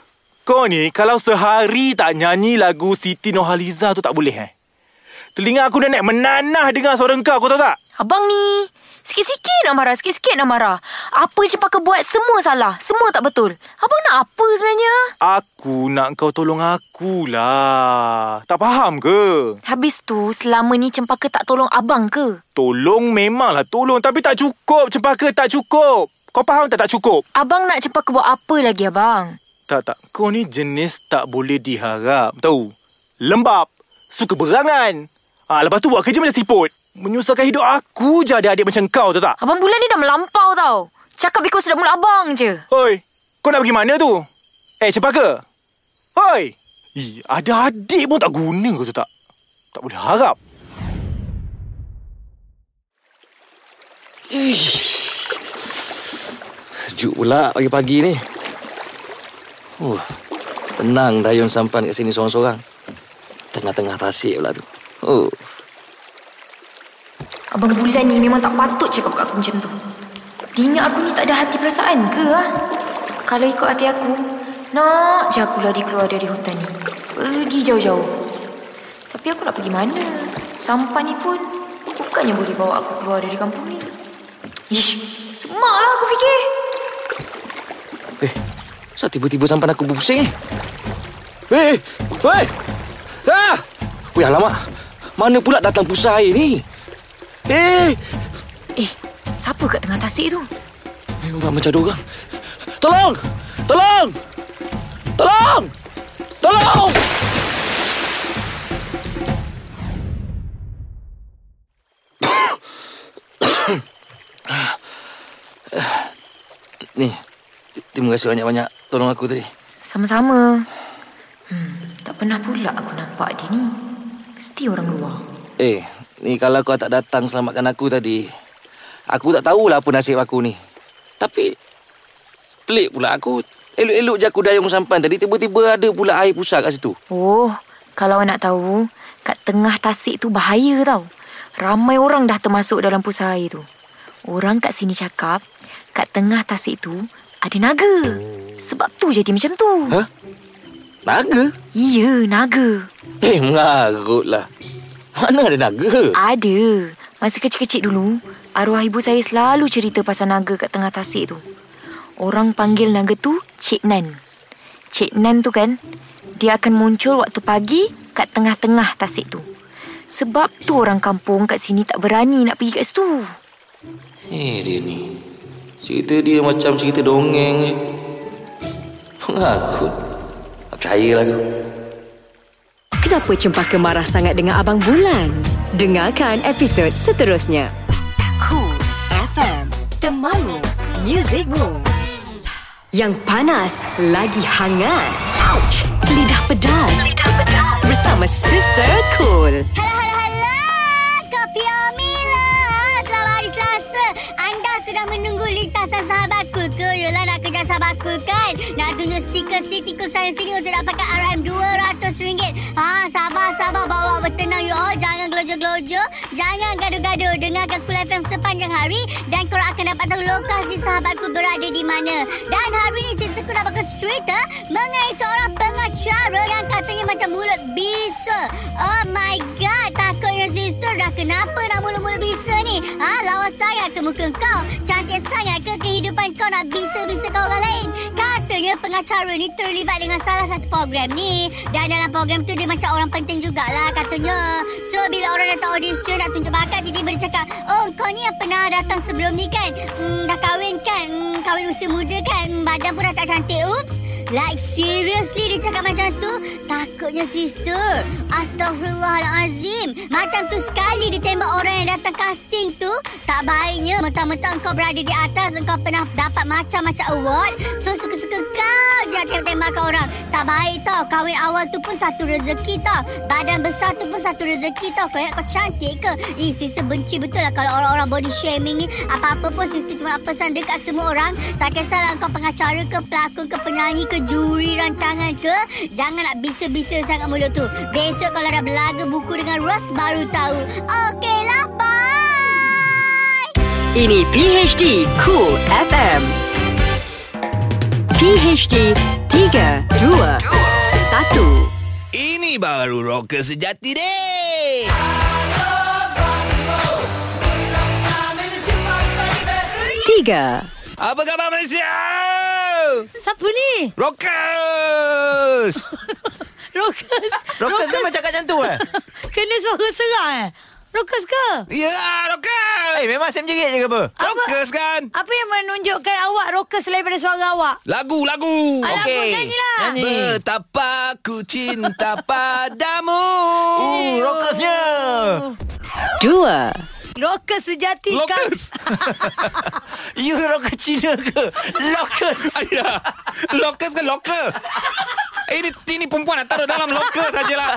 H: kau ni kalau sehari tak nyanyi lagu Siti Nohaliza tu tak boleh eh. Telinga aku dah naik menanah dengar suara kau, kau tahu tak?
G: Abang ni Sikit-sikit nak marah Sikit-sikit nak marah Apa je pakai buat Semua salah Semua tak betul Abang nak apa sebenarnya
H: Aku nak kau tolong akulah. Tak faham ke?
G: Habis tu Selama ni Cempaka tak tolong abang ke
H: Tolong memanglah tolong tapi tak cukup Cempaka tak cukup. Kau faham tak tak cukup?
G: Abang nak Cempaka buat apa lagi abang
H: Tak tak, kau ni jenis tak boleh diharap. Tahu? Lembab, suka berangan. Ah ha, lepas tu buat kerja macam siput. Menyusahkan hidup aku je ada adik macam kau tahu tak?
G: Abang Bulan ni dah melampau tau Cakap ikut sedap mulut abang je
H: Hoi, kau nak pergi mana tu? Eh, Cempaka. Hoi. Ih, ada adik pun tak guna kau tu tak. Tak boleh harap.
I: Sejuk pula pagi-pagi ni. Uh, tenang Dayun sampan kat sini seorang-seorang. Tengah-tengah tasik pula tu. Oh,
G: Abang Bulan ni memang tak patut cakap kat aku macam tu Dia ingat aku ni tak ada hati perasaan ke ha? Kalau ikut hati aku Nak je aku lari keluar dari hutan ni Pergi jauh-jauh Tapi aku nak pergi mana Sampah ni pun Bukannya boleh bawa aku keluar dari kampung ni Ish, semak lah aku fikir
I: eh. Kenapa tiba-tiba sampan aku berpusing eh? Eh, eh. Ah! Weh, alamak. Mana pula datang pusat air ni? Eh,
G: Eh, siapa kat tengah tasik tu?
I: memang macam ada orang. Tolong! Tolong! Tolong! Tolong! Ni, terima kasih banyak-banyak tolong aku tadi.
G: Sama-sama hmm, Tak pernah pula aku nampak dia ni Mesti orang luar
I: Eh, ni kalau kau tak datang selamatkan aku tadi, aku tak tahulah apa nasib aku ni. Tapi, pelik pula aku. Elok-elok je aku dayung sampan tadi, tiba-tiba ada pula air pusat kat situ.
G: Oh, kalau awak nak tahu, kat tengah tasik tu bahaya tau. Ramai orang dah termasuk dalam pusat air tu. Orang kat sini cakap, kat tengah tasik tu ada naga. Sebab tu jadi macam tu.
I: Hah? Naga?
G: Ya, naga.
I: Eh, mengarut lah. Mana ada naga?
G: Ada. Masa kecil-kecil dulu, arwah ibu saya selalu cerita pasal naga kat tengah tasik tu. Orang panggil naga tu Cik Nan. Cik Nan tu kan, dia akan muncul waktu pagi kat tengah-tengah tasik tu. Sebab tu orang kampung kat sini tak berani nak pergi kat situ.
I: Eh, dia ni. Cerita dia macam cerita dongeng je. Mengarut. Tak percayalah kau.
D: Kenapa Cempaka marah sangat dengan Abang Bulan? Dengarkan episod seterusnya. Cool FM Temanmu Music Moves Yang panas Lagi hangat Ouch Lidah pedas Lidah pedas Bersama Sister Cool
J: Halo, halo, halo. Kopi Omila. Selamat hari Selasa. Eh, Anda sedang menunggu lintasan sahabat cool ke? Yolah nak kejar sahabat cool kan? Nak tunjuk stiker City Cool sana sini untuk dapatkan RM200. Ha, sabar, sabar. Bawa bertenang you all. Jangan gelojo-gelojo. Jangan gaduh-gaduh. Dengarkan Cool FM sepanjang hari. Dan korang akan dapat tahu lokasi sahabat cool berada di mana. Dan hari ini Sisi Cool dapatkan cerita mengenai seorang pengacara yang katanya macam mulut bisul. Oh my god, takutnya sister dah kenapa nak mulut-mulut bisul ni? Ha, lawa sangat ke muka kau? Cantik sangat ke kehidupan kau nak bisul-bisul kau orang lain? Kan? Katanya pengacara ni terlibat dengan salah satu program ni. Dan dalam program tu dia macam orang penting jugalah katanya. So, bila orang datang audition nak tunjuk bakat, tiba-tiba dia cakap, Oh, kau ni yang pernah datang sebelum ni kan? Hmm, dah kahwin kan? Hmm, kahwin usia muda kan? Hmm, badan pun dah tak cantik. Oops. Like seriously dia cakap macam tu Takutnya sister Astaghfirullahalazim Macam tu sekali dia tembak orang yang datang casting tu Tak baiknya Mentang-mentang kau berada di atas Engkau pernah dapat macam-macam award So suka-suka kau je tembak-tembakkan orang Tak baik tau Kahwin awal tu pun satu rezeki tau Badan besar tu pun satu rezeki tau Kau ingat kau cantik ke? Ih sister benci betul lah Kalau orang-orang body shaming ni Apa-apa pun sister cuma nak pesan dekat semua orang Tak kisahlah kau pengacara ke Pelakon ke penyanyi ke Juri rancangan ke Jangan nak bisa-bisa sangat mulut tu Besok kalau dah belaga buku dengan Ros Baru tahu Okeylah bye
D: Ini PHD Cool FM. PHD 3, 2, 1.
A: Ini baru rocker sejati deh.
D: Tiga,
A: Apa khabar Malaysia?
B: Siapa ni?
A: Rockers!
B: Rokas.
C: Rokas memang cakap macam tu eh?
B: Kena suara serang eh? Rokas ke?
A: Ya, yeah, rockers!
C: Eh, memang Sam jerit je ke apa?
A: Rockers kan?
B: Apa yang menunjukkan awak rokas selain daripada suara awak?
A: Lagu, lagu!
B: Alah,
C: okey.
B: okay. Ah, nyanyilah.
C: Nyanyi.
A: Betapa ku cinta padamu.
C: Uh,
B: Eh,
C: rokasnya.
D: dua,
B: Rokas sejati. Kak-
A: Lokus.
C: You rokas Cina ke? Lokus.
A: Ayah. Lokus ke loker? Eh, ini, ini perempuan nak taruh dalam loker sajalah.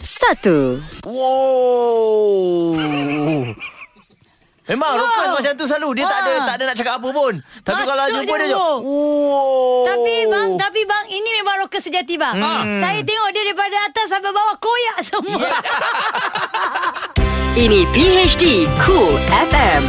D: satu.
C: Wow. Memang wow. rokas macam tu selalu. Dia tak ada
B: Ah.
C: tak ada nak cakap apa pun. Tapi
B: Masuk
C: kalau jumpa
B: je
C: dia je.
B: mulut.
C: Wow.
B: Tapi bang, tapi bang, ini memang rokas sejati bang. Hmm. Saya tengok dia daripada atas sampai bawah koyak semua. Yeah.
D: Ini PHD Cool FM.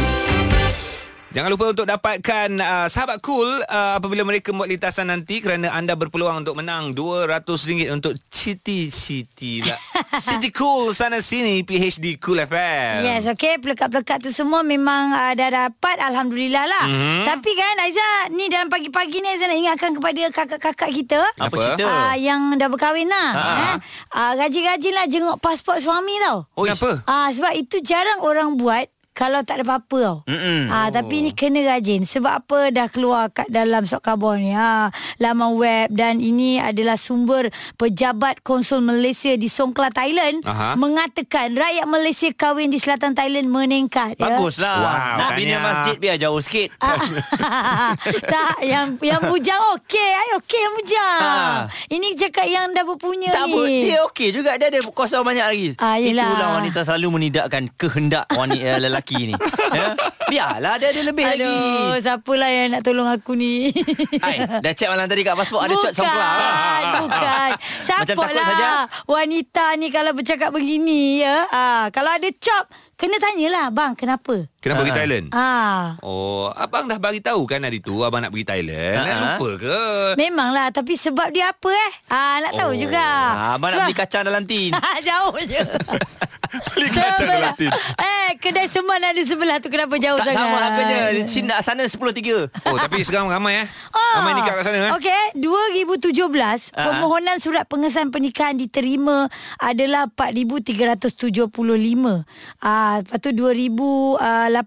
A: Jangan lupa untuk dapatkan uh, sahabat cool uh, apabila mereka buat litasan nanti kerana anda berpeluang untuk menang RM200 untuk citi-citi lah. City Cool sana sini PHD Cool FM.
B: Yes, okay. Pelekat-pelekat tu semua memang uh, dah dapat. Alhamdulillah lah.
C: Mhm.
B: Mm-hmm. Tapi kan Aiza, ni dalam pagi-pagi ni Aiza nak ingatkan kepada kakak-kakak kita.
C: Apa
A: Apa?
C: cerita?
B: Uh, yang dah berkahwin lah.
C: Ha.
B: Ha. Uh, rajin-rajin lah jenguk pasport suami tau.
A: Oh, kenapa?
B: Ah sebab itu jarang orang buat kalau tak ada apa-apa tau. Mm-mm. Ah tapi ni kena rajin sebab apa dah keluar kat dalam surat khabar ni. Ha laman web dan ini adalah sumber pejabat konsul Malaysia di Songkla Thailand
A: Aha.
B: mengatakan rakyat Malaysia kahwin di selatan Thailand meningkat ya.
C: Baguslah.
A: Wow,
C: nak
A: tanya.
C: bina masjid biar jauh sikit.
B: Ah, tak yang yang bujang okey ai okey yang bujang.
C: Ah.
B: Ini cakap yang dah berpunya
C: Tak
B: ya, ni.
C: apa Dia okey juga Dia ada kuasa banyak lagi
B: Ah, yelah.
C: Itulah wanita selalu menidakkan Kehendak wanita lelaki ni ya? Biarlah dia ada lebih lagi
B: Aduh, siapalah yang nak tolong aku ni?
C: Hai, dah cek malam tadi kat pasport ada Ah,
B: bukan,
C: cek songkla.
B: Bukan.
C: Macam
B: Support
C: takut saja.
B: lah. Wanita ni kalau bercakap begini ya. Ah, kalau ada chop, kena tanyalah bang kenapa?
A: Kenapa pergi Thailand?
B: Ah.
A: Oh, abang dah bagi tahu kan hari tu abang nak pergi Thailand.
C: Ha-ha.
A: Uh-huh. Lupa ke?
B: Memanglah tapi sebab dia apa eh? Ah nak tahu
A: Oh,
B: juga.
C: Ah, abang nak
B: Sebab-
C: beli kacang dalam tin.
B: Jauh je.
A: Beli kacang
B: Sebelah-
A: gelatin.
B: Eh, kedai seman ada sebelah tu kenapa jauh
C: tak
B: sangat?
C: sama lah harganya. Sin dah sana 10.3.
A: Oh, tapi sekarang ramai eh.
B: Ah.
A: Ramai nikah kat sana eh.
B: Okey, 2017
C: Ah.
B: permohonan surat pengesahan pernikahan diterima adalah 4375. Ah, lepas tu 2018 2000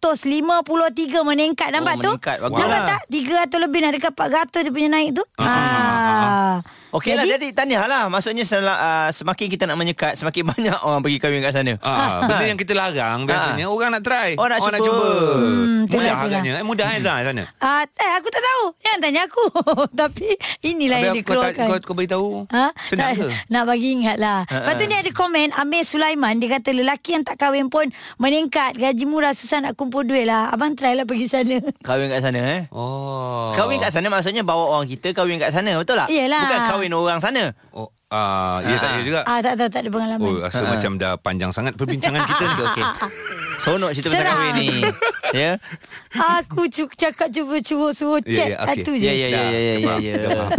B: 4653 meningkat nampak
C: Oh,
B: tu?
C: meningkat. Bagus
B: nampak
C: lah.
B: tak? 300 lebih nak dekat 400 dia punya naik tu. Ah.
C: Okey lah, jadi tahniah lah. Maksudnya sel- ah, semakin kita nak menyekat, semakin banyak orang pergi kahwin kat sana.
A: Ah, benda yang kita larang biasanya orang nak try.
C: Orang nak
A: Nak
C: cuba.
A: cuba.
C: Hmm,
B: itulah,
A: mudah
B: itulah.
A: harganya. Eh, mudah hmm. eh sana.
B: Ah, eh, aku tak tahu. Yang tanya aku. Tapi inilah yang
A: Habis kau,
B: dikeluarkan.
A: kau, kau beritahu
B: Ha?
A: Senang
B: tak,
A: ke? Ha,
B: Nak bagi ingat lah uh-uh. Lepas tu ni ada komen Amir Sulaiman Dia kata lelaki yang tak kahwin pun Meningkat Gaji murah Susah nak kumpul duit lah Abang try lah pergi sana
C: Kahwin kat sana eh.
A: Oh.
C: Kahwin kat sana maksudnya bawa orang kita kahwin kat sana, betul tak?
B: Yelah.
C: Bukan kahwin orang sana.
A: Oh, ah, ya tak ya juga.
B: Ah tak tahu tak ada pengalaman
A: Oh, rasa macam dah panjang sangat perbincangan kita ni. Okey.
C: Sonok cerita pasal
B: Serang.
C: kahwin ni. Ya.
B: Aku cu- cakap cuba-cuba Suruh
A: Ya,
B: cek
A: ya, okey.
B: Satu je
C: Ya ya ya ya ya ya.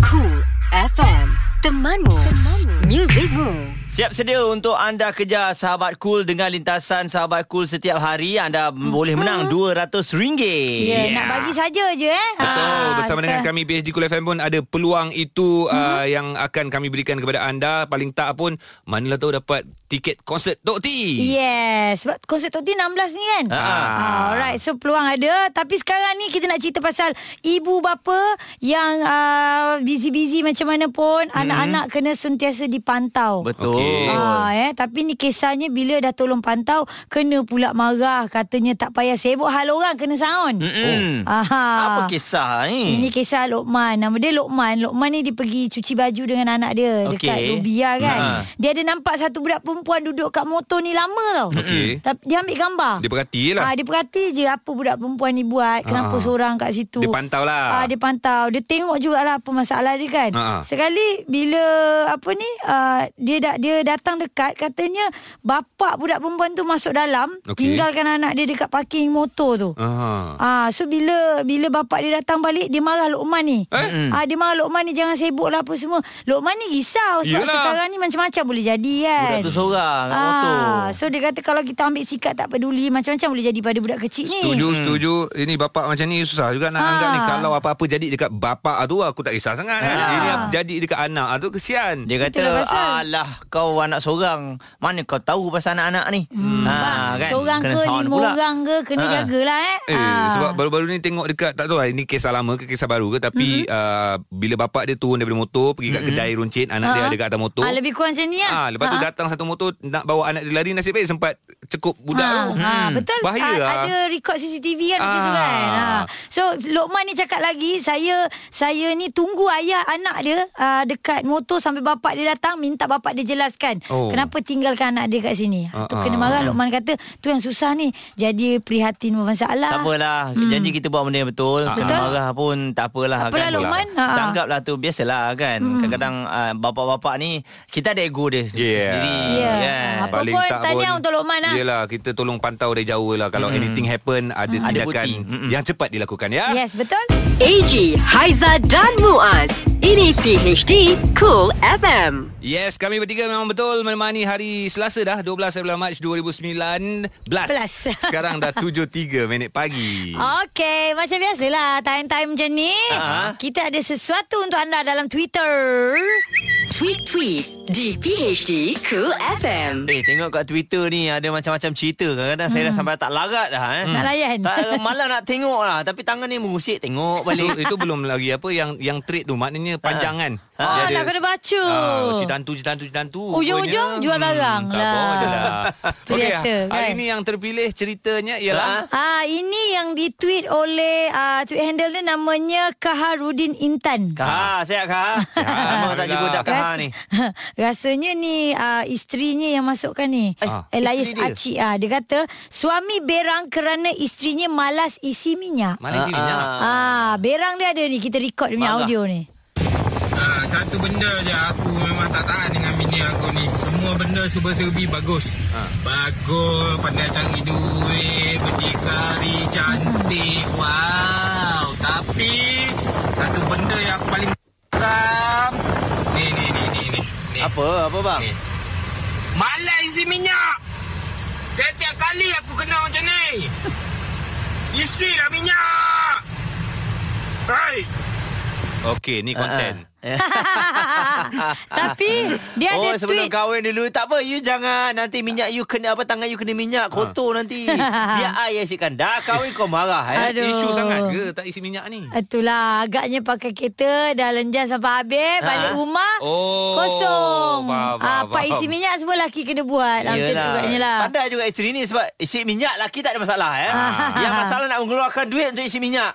D: Cool FM. Temanmu. Temanmu. Musicmu.
C: Siap sedia untuk anda kejar Sahabat Cool dengan lintasan Sahabat Cool setiap hari. Anda boleh menang RM200.
B: Mhm. Ya, yeah. nak bagi saja je eh.
A: Betul.
B: Ah,
A: Bersama
B: kita-
A: dengan kami PhD Kul FM pun ada peluang itu uh, yang akan kami berikan kepada anda. Paling tak pun manalah tahu dapat tiket konsert Tok T.
B: Yes, sebab konsert Tok Tin 16 ni kan. Ah. Alright, so peluang ada. Tapi sekarang ni kita nak cerita pasal ibu bapa yang uh, busy-busy macam mana pun, hmm. anak-anak kena sentiasa dipantau.
C: Betul.
A: Okey.
B: Ah, eh. Tapi ni kisahnya bila dah tolong pantau, kena pula marah. Katanya tak payah sibuk hal orang, kena sound.
C: Mm-mm.
B: Aha.
C: Apa
A: Oh.
C: Hmm. kisah lah ni?
B: Ini kisah Lokman. Nama dia Lokman. Lokman ni dia pergi cuci baju dengan anak dia okay.
C: Okey.
B: dekat Lubia kan.
C: Ha.
B: Dia ada nampak satu budak perempuan duduk kat motor ni lama tau.
A: Okey.
B: Tapi dia ambil gambar.
A: Dia perhati je lah.
B: Ah, dia perhati je apa budak perempuan ni buat, kenapa
A: Ah.
B: seorang kat situ.
A: Dia pantau lah.
B: Ah, dia pantau. Dia tengok jugalah apa masalah dia kan.
A: Ah.
B: Sekali bila apa ni ah, dia da- dia datang dekat katanya bapak budak perempuan tu masuk dalam
A: Okey.
B: tinggalkan anak dia dekat parking motor tu.
A: Aha.
B: Ah, so bila bila bapak dia datang balik dia marah Lokman ni. Eh? Ah dia marah Lokman ni jangan sibuk lah apa semua. Lokman ni risau sebab
A: Yelah.
B: Yelah. sekarang ni macam-macam boleh jadi kan. Ah,
C: Budak tu seorang kat motor.
B: so dia kata kalau kita ambil sikap tak peduli macam-macam boleh jadi pada budak kecil ni.
A: Setuju, hmm. setuju. Ini bapak macam ni susah juga nak
B: Ha.
A: anggap ni. Kalau apa-apa jadi dekat bapak tu aku tak kisah sangat. Ha. Kan? Ini apa jadi dekat anak tu kesian.
C: Dia kata,
B: Itulah pasal.
C: alah kau anak seorang. Mana kau tahu pasal anak-anak ni? Hmm. Ha, kan?
B: Seorang ke
C: sound
B: lima orang ke kena
C: Ha.
B: jagalah eh.
A: Eh, sebab baru-baru ni tengok dekat tak tahu lah ini kisah lama ke kisah baru ke tapi mm-hmm. uh, bila bapak dia turun daripada motor pergi kat mm-hmm. kedai runcit anak uh-huh. dia
B: Ha.
A: ada kat atas motor.
B: Ah, lebih kurang macam ni lah.
A: Ah, lepas tu
B: Ah.
A: datang satu motor nak bawa anak dia lari nasib baik sempat cekup budak
B: Ah,
A: tu.
B: ah, betul.
A: Bahaya
B: Ah,
A: lah.
B: Ada rekod CCTV kan ah. situ
A: Ah.
B: kan. Ah. So Lokman ni cakap lagi, saya saya ni tunggu ayah anak dia ah, dekat motor sampai bapak dia datang minta bapak dia jelaskan
A: Oh.
B: oh. kenapa tinggalkan anak dia kat sini.
A: Ah,
B: Ah, tu
A: ah,
B: kena marah Lokman kata, tu yang susah ni. Jadi prihatin bermasalah.
C: Tak apalah hmm. Janji kita buat benda yang betul
A: Ah,
C: Kita
B: Betul.
C: marah pun tak apalah
B: Tak apalah, Lokman. Ha.
C: Tak anggaplah tu Biasalah kan hmm. Kadang-kadang uh, Bapak-bapak ni Kita ada ego dia
A: Yeah.
C: sendiri
B: Yeah. Ah,
A: Eh,
C: kan?
B: Apa pun, tahniah untuk Lokman lah.
A: Yelah kita tolong pantau dari jauh lah Kalau anything happen Ada
C: Ada
A: tindakan
C: bukti. Mm-mm.
A: yang cepat dilakukan ya
B: Hmm. Yes, betul.
D: AG, Haiza dan Muaz. Ini PHD Cool FM.
A: Yes, kami bertiga memang betul menemani hari Selasa dah 12 bulan Mac 2019.
B: Belas. Ah.
A: Sekarang dah 7.3 minit pagi.
B: Okey, macam biasalah time-time macam ni.
C: Ah.
B: Kita ada sesuatu untuk anda dalam Twitter.
D: Tweet Tweet di PHD Cool FM.
C: Eh tengok kat Twitter ni Ada macam-macam cerita Kadang-kadang
B: Hmm.
C: saya dah sampai tak larat dah eh.
B: Tak kan? layan.
C: tak, Malah nak tengok lah Tapi tangan ni mengusik Tengok
A: Itu,
C: balik
A: itu belum lagi apa yang yang trade tu maknanya panjang kan.
B: Ah, tak kena baca.
A: Ah, citantu citantu citantu. rupanya.
B: Ujung-ujung Oh, ya,
A: Hmm,
B: jual barang
A: tak
B: lah.
A: apa je lah.
B: Tu
A: Okey,
B: biasa,
A: hari
B: kan?
A: ni yang terpilih ceritanya
K: Ha?
A: ialah
B: Ah ini yang ditweet oleh ah, tweet handle dia namanya Kaharudin Intan.
C: Kaha Sihat Kaha Lama Ah, tak jumpa dak Kaha ni
B: Rasanya ni uh, isterinya yang masukkan ni.
C: Ah.
B: Elias
C: Isteri dia?
B: Aci ah dia kata suami berang kerana isterinya malas isi minyak.
A: mana sini
C: Ah,
A: nak.
B: Ah, berang dia ada ni kita record dia punya
C: Marah.
B: audio ni.
K: Ha, satu benda je aku memang tak tahan dengan bini aku ni. Semua benda serba-serbi bagus. Ha. Bagus, pandai cari duit, berdikari, cantik.
B: Hmm.
K: Wow. Tapi satu benda yang aku paling geram ni ni ni ni ni. ni.
C: Apa Apa bang
K: Ni. Malas isi minyak. Tiap-tiap kali aku kena macam ni. Isilah minyak. Hai. Ah,
A: Okey, ni konten.
B: Tapi dia
C: oh,
B: ada
C: sebelum
B: tweet
C: kahwin dulu tak apa you jangan nanti minyak you kena apa tangan you kena
B: Ah.
C: minyak kotor nanti. Biar ai asyikkan. Dah kahwin kau marah eh.
B: Aduh.
A: Isu sangat ke tak isi minyak ni?
B: Itulah agaknya pakai kereta dah lenjan sampai habis
C: Ha?
B: balik rumah
A: Oh,
B: kosong.
A: faham,
B: ah
A: faham,
B: pak isi
A: faham.
B: minyak semua lelaki kena buat. Ah, Macam tu agaknya lah. Ah.
C: Pandai juga isteri ni sebab isi minyak laki tak ada masalah eh. Yang masalah nak mengeluarkan duit untuk isi minyak.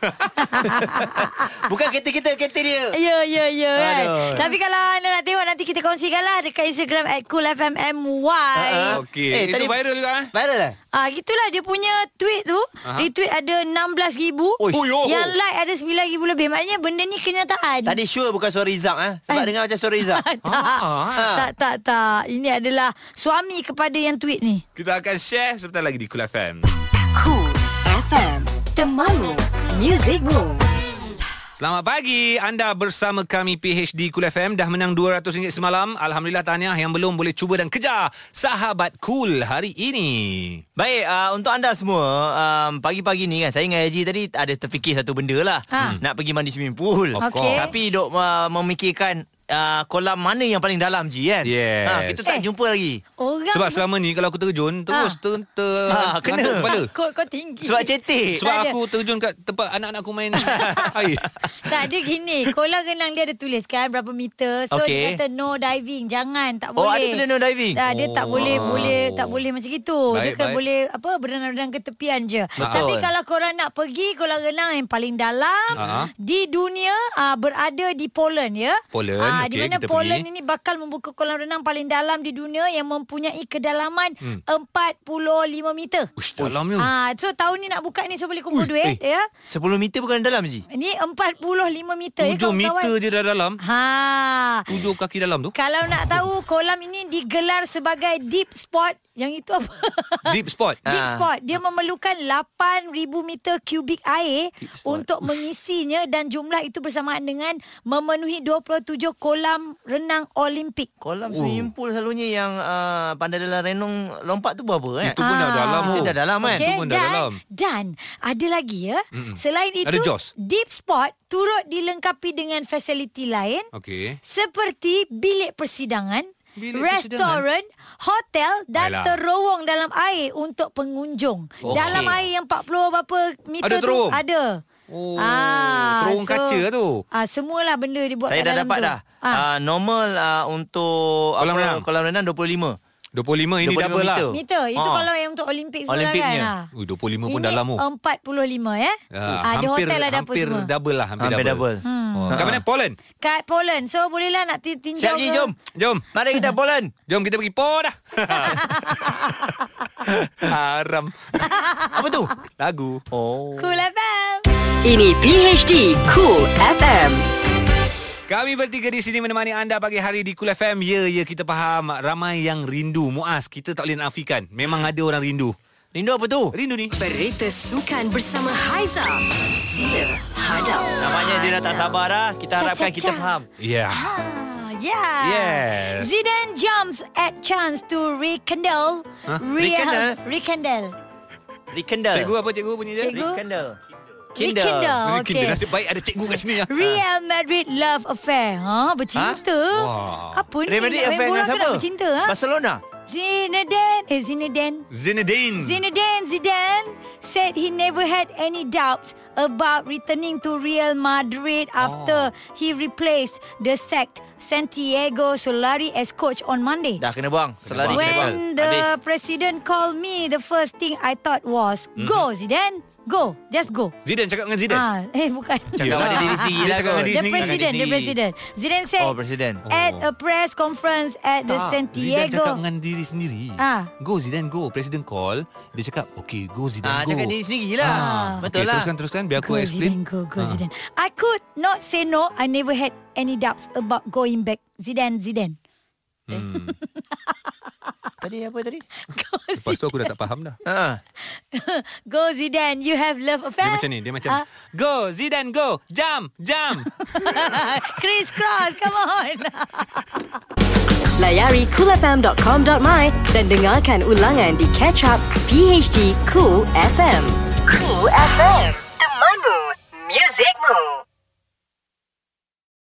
C: Bukan kereta kita, kereta dia.
B: Ya, ya, ya kan.
C: Aduh.
B: Tapi kalau anda nak tengok nanti kita kongsikan lah dekat Instagram at coolfmmy.
C: Ah,
A: Okey, itu viral juga, eh?
C: Viral lah.
B: Ah, gitulah dia punya tweet tu. Retweet ada 16,000.
C: Oi. Oi, oh, oh.
B: Yang like ada 9,000 lebih. Maknanya benda ni kenyataan.
C: Tadi Ah, sure bukan suara Izam eh. Sebab
B: Eh.
C: dengar macam suara Izam.
B: tak, tak, tak, tak. Ini adalah suami kepada yang tweet ni.
A: Kita akan share sebentar lagi di Kul FM.
D: Cool FM. Temanmu. Music Moves.
A: Selamat pagi. Anda bersama kami PHD Cool FM dah menang RM200 semalam. Alhamdulillah tahniah yang belum boleh cuba dan kejar sahabat cool hari ini.
C: Baik, uh, untuk anda semua, um, pagi-pagi ni kan saya dengan Haji tadi ada terfikir satu benda lah. Ha.
B: Ha.
C: Nak pergi mandi swimming pool.
B: Of course. Okay.
C: Tapi dok uh, memikirkan uh, kolam mana yang paling dalam Ji kan.
A: Yes.
C: Ha, kita tak
B: Eh.
C: eh. jumpa lagi.
B: Orang
A: Sebab selama ni kalau aku terjun terus
B: Ah.
A: ha. ter, ter
C: Ah, kena.
A: ngantuk kepala.
B: takut kau tinggi.
C: Sebab cetek.
A: Sebab
B: Tak Eh, ada.
A: aku terjun kat tempat anak-anak aku main air.
B: Tak ada gini Kolam renang dia ada tulis kan Berapa meter So okay.
C: Okey.
B: dia kata no diving Jangan tak boleh
C: Oh, ada tulis no diving?
B: ah, Dia tak
A: Oh.
B: boleh boleh Tak boleh macam itu Dia
A: Baik,
B: kan
A: baik.
B: boleh Apa Berenang-renang ke tepian je
C: Betul.
B: Tapi kalau korang nak pergi Kolam renang yang paling dalam
A: Ah.
B: Di dunia ah, Berada di Poland ya
A: Poland,
B: Ah, Di
A: okey,
B: mana
A: kita
B: Poland
A: pergi.
B: ini bakal membuka kolam renang paling dalam di dunia Yang mempunyai kedalaman 45 meter
A: Ush, dalamnya.
B: Ah, so tahun ni nak buka ni so boleh kumpul
C: Ui,
B: duit
C: eh.
B: ya.
C: 10 meter bukan dalam Ji.
B: Ini 45 meter ya
A: 7 meter
B: kawan-kawan.
A: je dah dalam.
B: Ha.
A: 7 kaki dalam tu.
B: Kalau nak tahu kolam ini digelar sebagai deep spot yang itu apa?
A: Deep spot.
B: Ah,
A: Ah,
B: Deep spot Dia memerlukan 8,000 meter kubik air Untuk mengisinya Dan jumlah itu bersamaan dengan Memenuhi 27 kolam renang Olimpik
A: Oh.
C: Kolam swimming pool selalunya yang uh, pandai dalam renung lompat tu berapa kan?
A: Itu
B: Ah.
A: pun dah dalam. oh.
C: Itu
A: tu.
C: dah dalam kan?
A: Itu pun dah
B: dan,
A: dalam.
B: Dan ada lagi ya. Mm-mm. Selain itu,
A: Ada JOS?
B: deep spot turut dilengkapi dengan fasiliti lain
A: Okey.
B: seperti bilik persidangan,
A: Bilik
B: restoran, hotel dan
A: Ayolah. Oh.
B: terowong dalam air untuk pengunjung.
C: Okey.
B: Dalam air yang 40 berapa meter
A: Ada terowong?
B: tu ada.
A: Oh, terowong kaca tu.
B: Ah, semualah benda dibuat
C: Saya
B: kat
C: dah
B: dalam
C: dapat
B: tu. Ah.
C: dah.
A: Ah.
C: Uh, normal uh, untuk
A: Kolam
C: apa,
A: renang.
C: kolam renang 25.
A: 25 ini
C: 25
A: double lah.
C: meter.
B: Meter Itu
C: Ah.
B: kalau yang untuk Olimpik semua
C: Olimpik
B: kan
C: punya.
B: Ah.
A: Ui, 25 pun
B: Ini
A: dalam oh.
B: 45 ya
A: Ah,
B: Ada
A: hampir,
B: hotel ada apa
A: hampir
B: semua
A: double lah Hampir,
C: Hampir double.
A: Hmm. Oh. Kat
B: Ah.
A: mana? Poland?
B: Kat Poland So bolehlah nak ti- tinjau
C: Siap Ji,
B: ke-
C: jom.
A: Jom
C: Mari kita Poland.
A: Jom kita pergi Poh dah Haram
C: Apa tu?
A: Lagu
C: Oh.
B: Cool FM
D: Ini PHD Cool FM.
A: Kami bertiga di sini menemani anda pagi hari di Kul FM Ya, ya kita faham Ramai yang rindu Muaz, kita tak boleh nafikan Memang
C: Ya.
A: ada orang rindu
C: Rindu apa tu?
A: Rindu ni
D: Berita sukan bersama Haiza. Sila hadap.
C: Namanya dia dah tak sabar dah. Kita harapkan
B: Cha-cha-cha.
C: kita faham.
A: Ya yeah.
B: Ah, Yeah
A: Yes.
B: Zidane jumps at chance to rekindle huh?
C: Rekindle?
B: Rekindle
C: Rekindle.
A: Cikgu apa cikgu punya dia?
B: Cikgu.
C: Rekindle.
B: Rekindle,
A: Rekindle.
B: okay.
A: Nasib baik ada cikgu kat sini ya.
C: Ah.
B: Real Madrid love affair Ha bercinta
A: Wah.
B: Apa ni
C: Real Madrid
B: Nak main
C: affair
B: bola
C: dengan
B: ke
C: siapa?
B: nak bercinta ha?
C: Barcelona.
B: Zinedine Eh Zinedine
C: Hmm.
A: Zinedine.
B: Zinedine Zidane said he never had any doubts about returning to Real Madrid
C: Oh.
B: after he replaced the sacked Santiago Solari as coach on Monday.
C: Dah kena buang. Selari kena buang.
B: When the president called me, the first thing I thought was,
A: Mhm.
B: "Go, Zidane, go, just go."
A: Zidane cakap dengan Zidane.
B: Ah, eh bukan.
C: Cakap
A: Yelah.
C: pada diri sendiri
A: Dia
C: lah
A: cakap
C: kot.
A: dengan diri
B: The
A: sendiri.
B: president, the
C: Diri.
B: president. Eh. Zidane said
C: Oh, presiden.
B: at a press conference at the
A: Zidane cakap
B: Santiago.
A: dengan diri sendiri.
B: Ah.
A: Go Zidane go. Presiden call. Dia cakap, okay go Zidane
C: Ah,
A: go.
C: cakap diri sendiri lah.
B: Ah.
C: Betul
A: okay,
C: lah.
A: Teruskan, teruskan. Biar aku Ah.
B: go
A: explain.
B: Zidane, go, go Zidane. I could not say no. I never had any doubts about going back. Zidane, Zidane.
A: Hmm.
C: Tadi apa tadi?
B: Go,
A: Lepas tu aku dah tak faham dah. Ah,
C: Ha.
B: Zidane. go Zidane. You have love
A: Dia
B: affair.
A: macam ni, dia macam
B: Ah.
A: Go Zidane go. Jam, jam.
B: Chris Cross, come on.
D: Layari coolfm.com.my dan dengarkan ulangan di Catch Up PHD Cool FM. Cool FM. Temanmu. Muzikmu.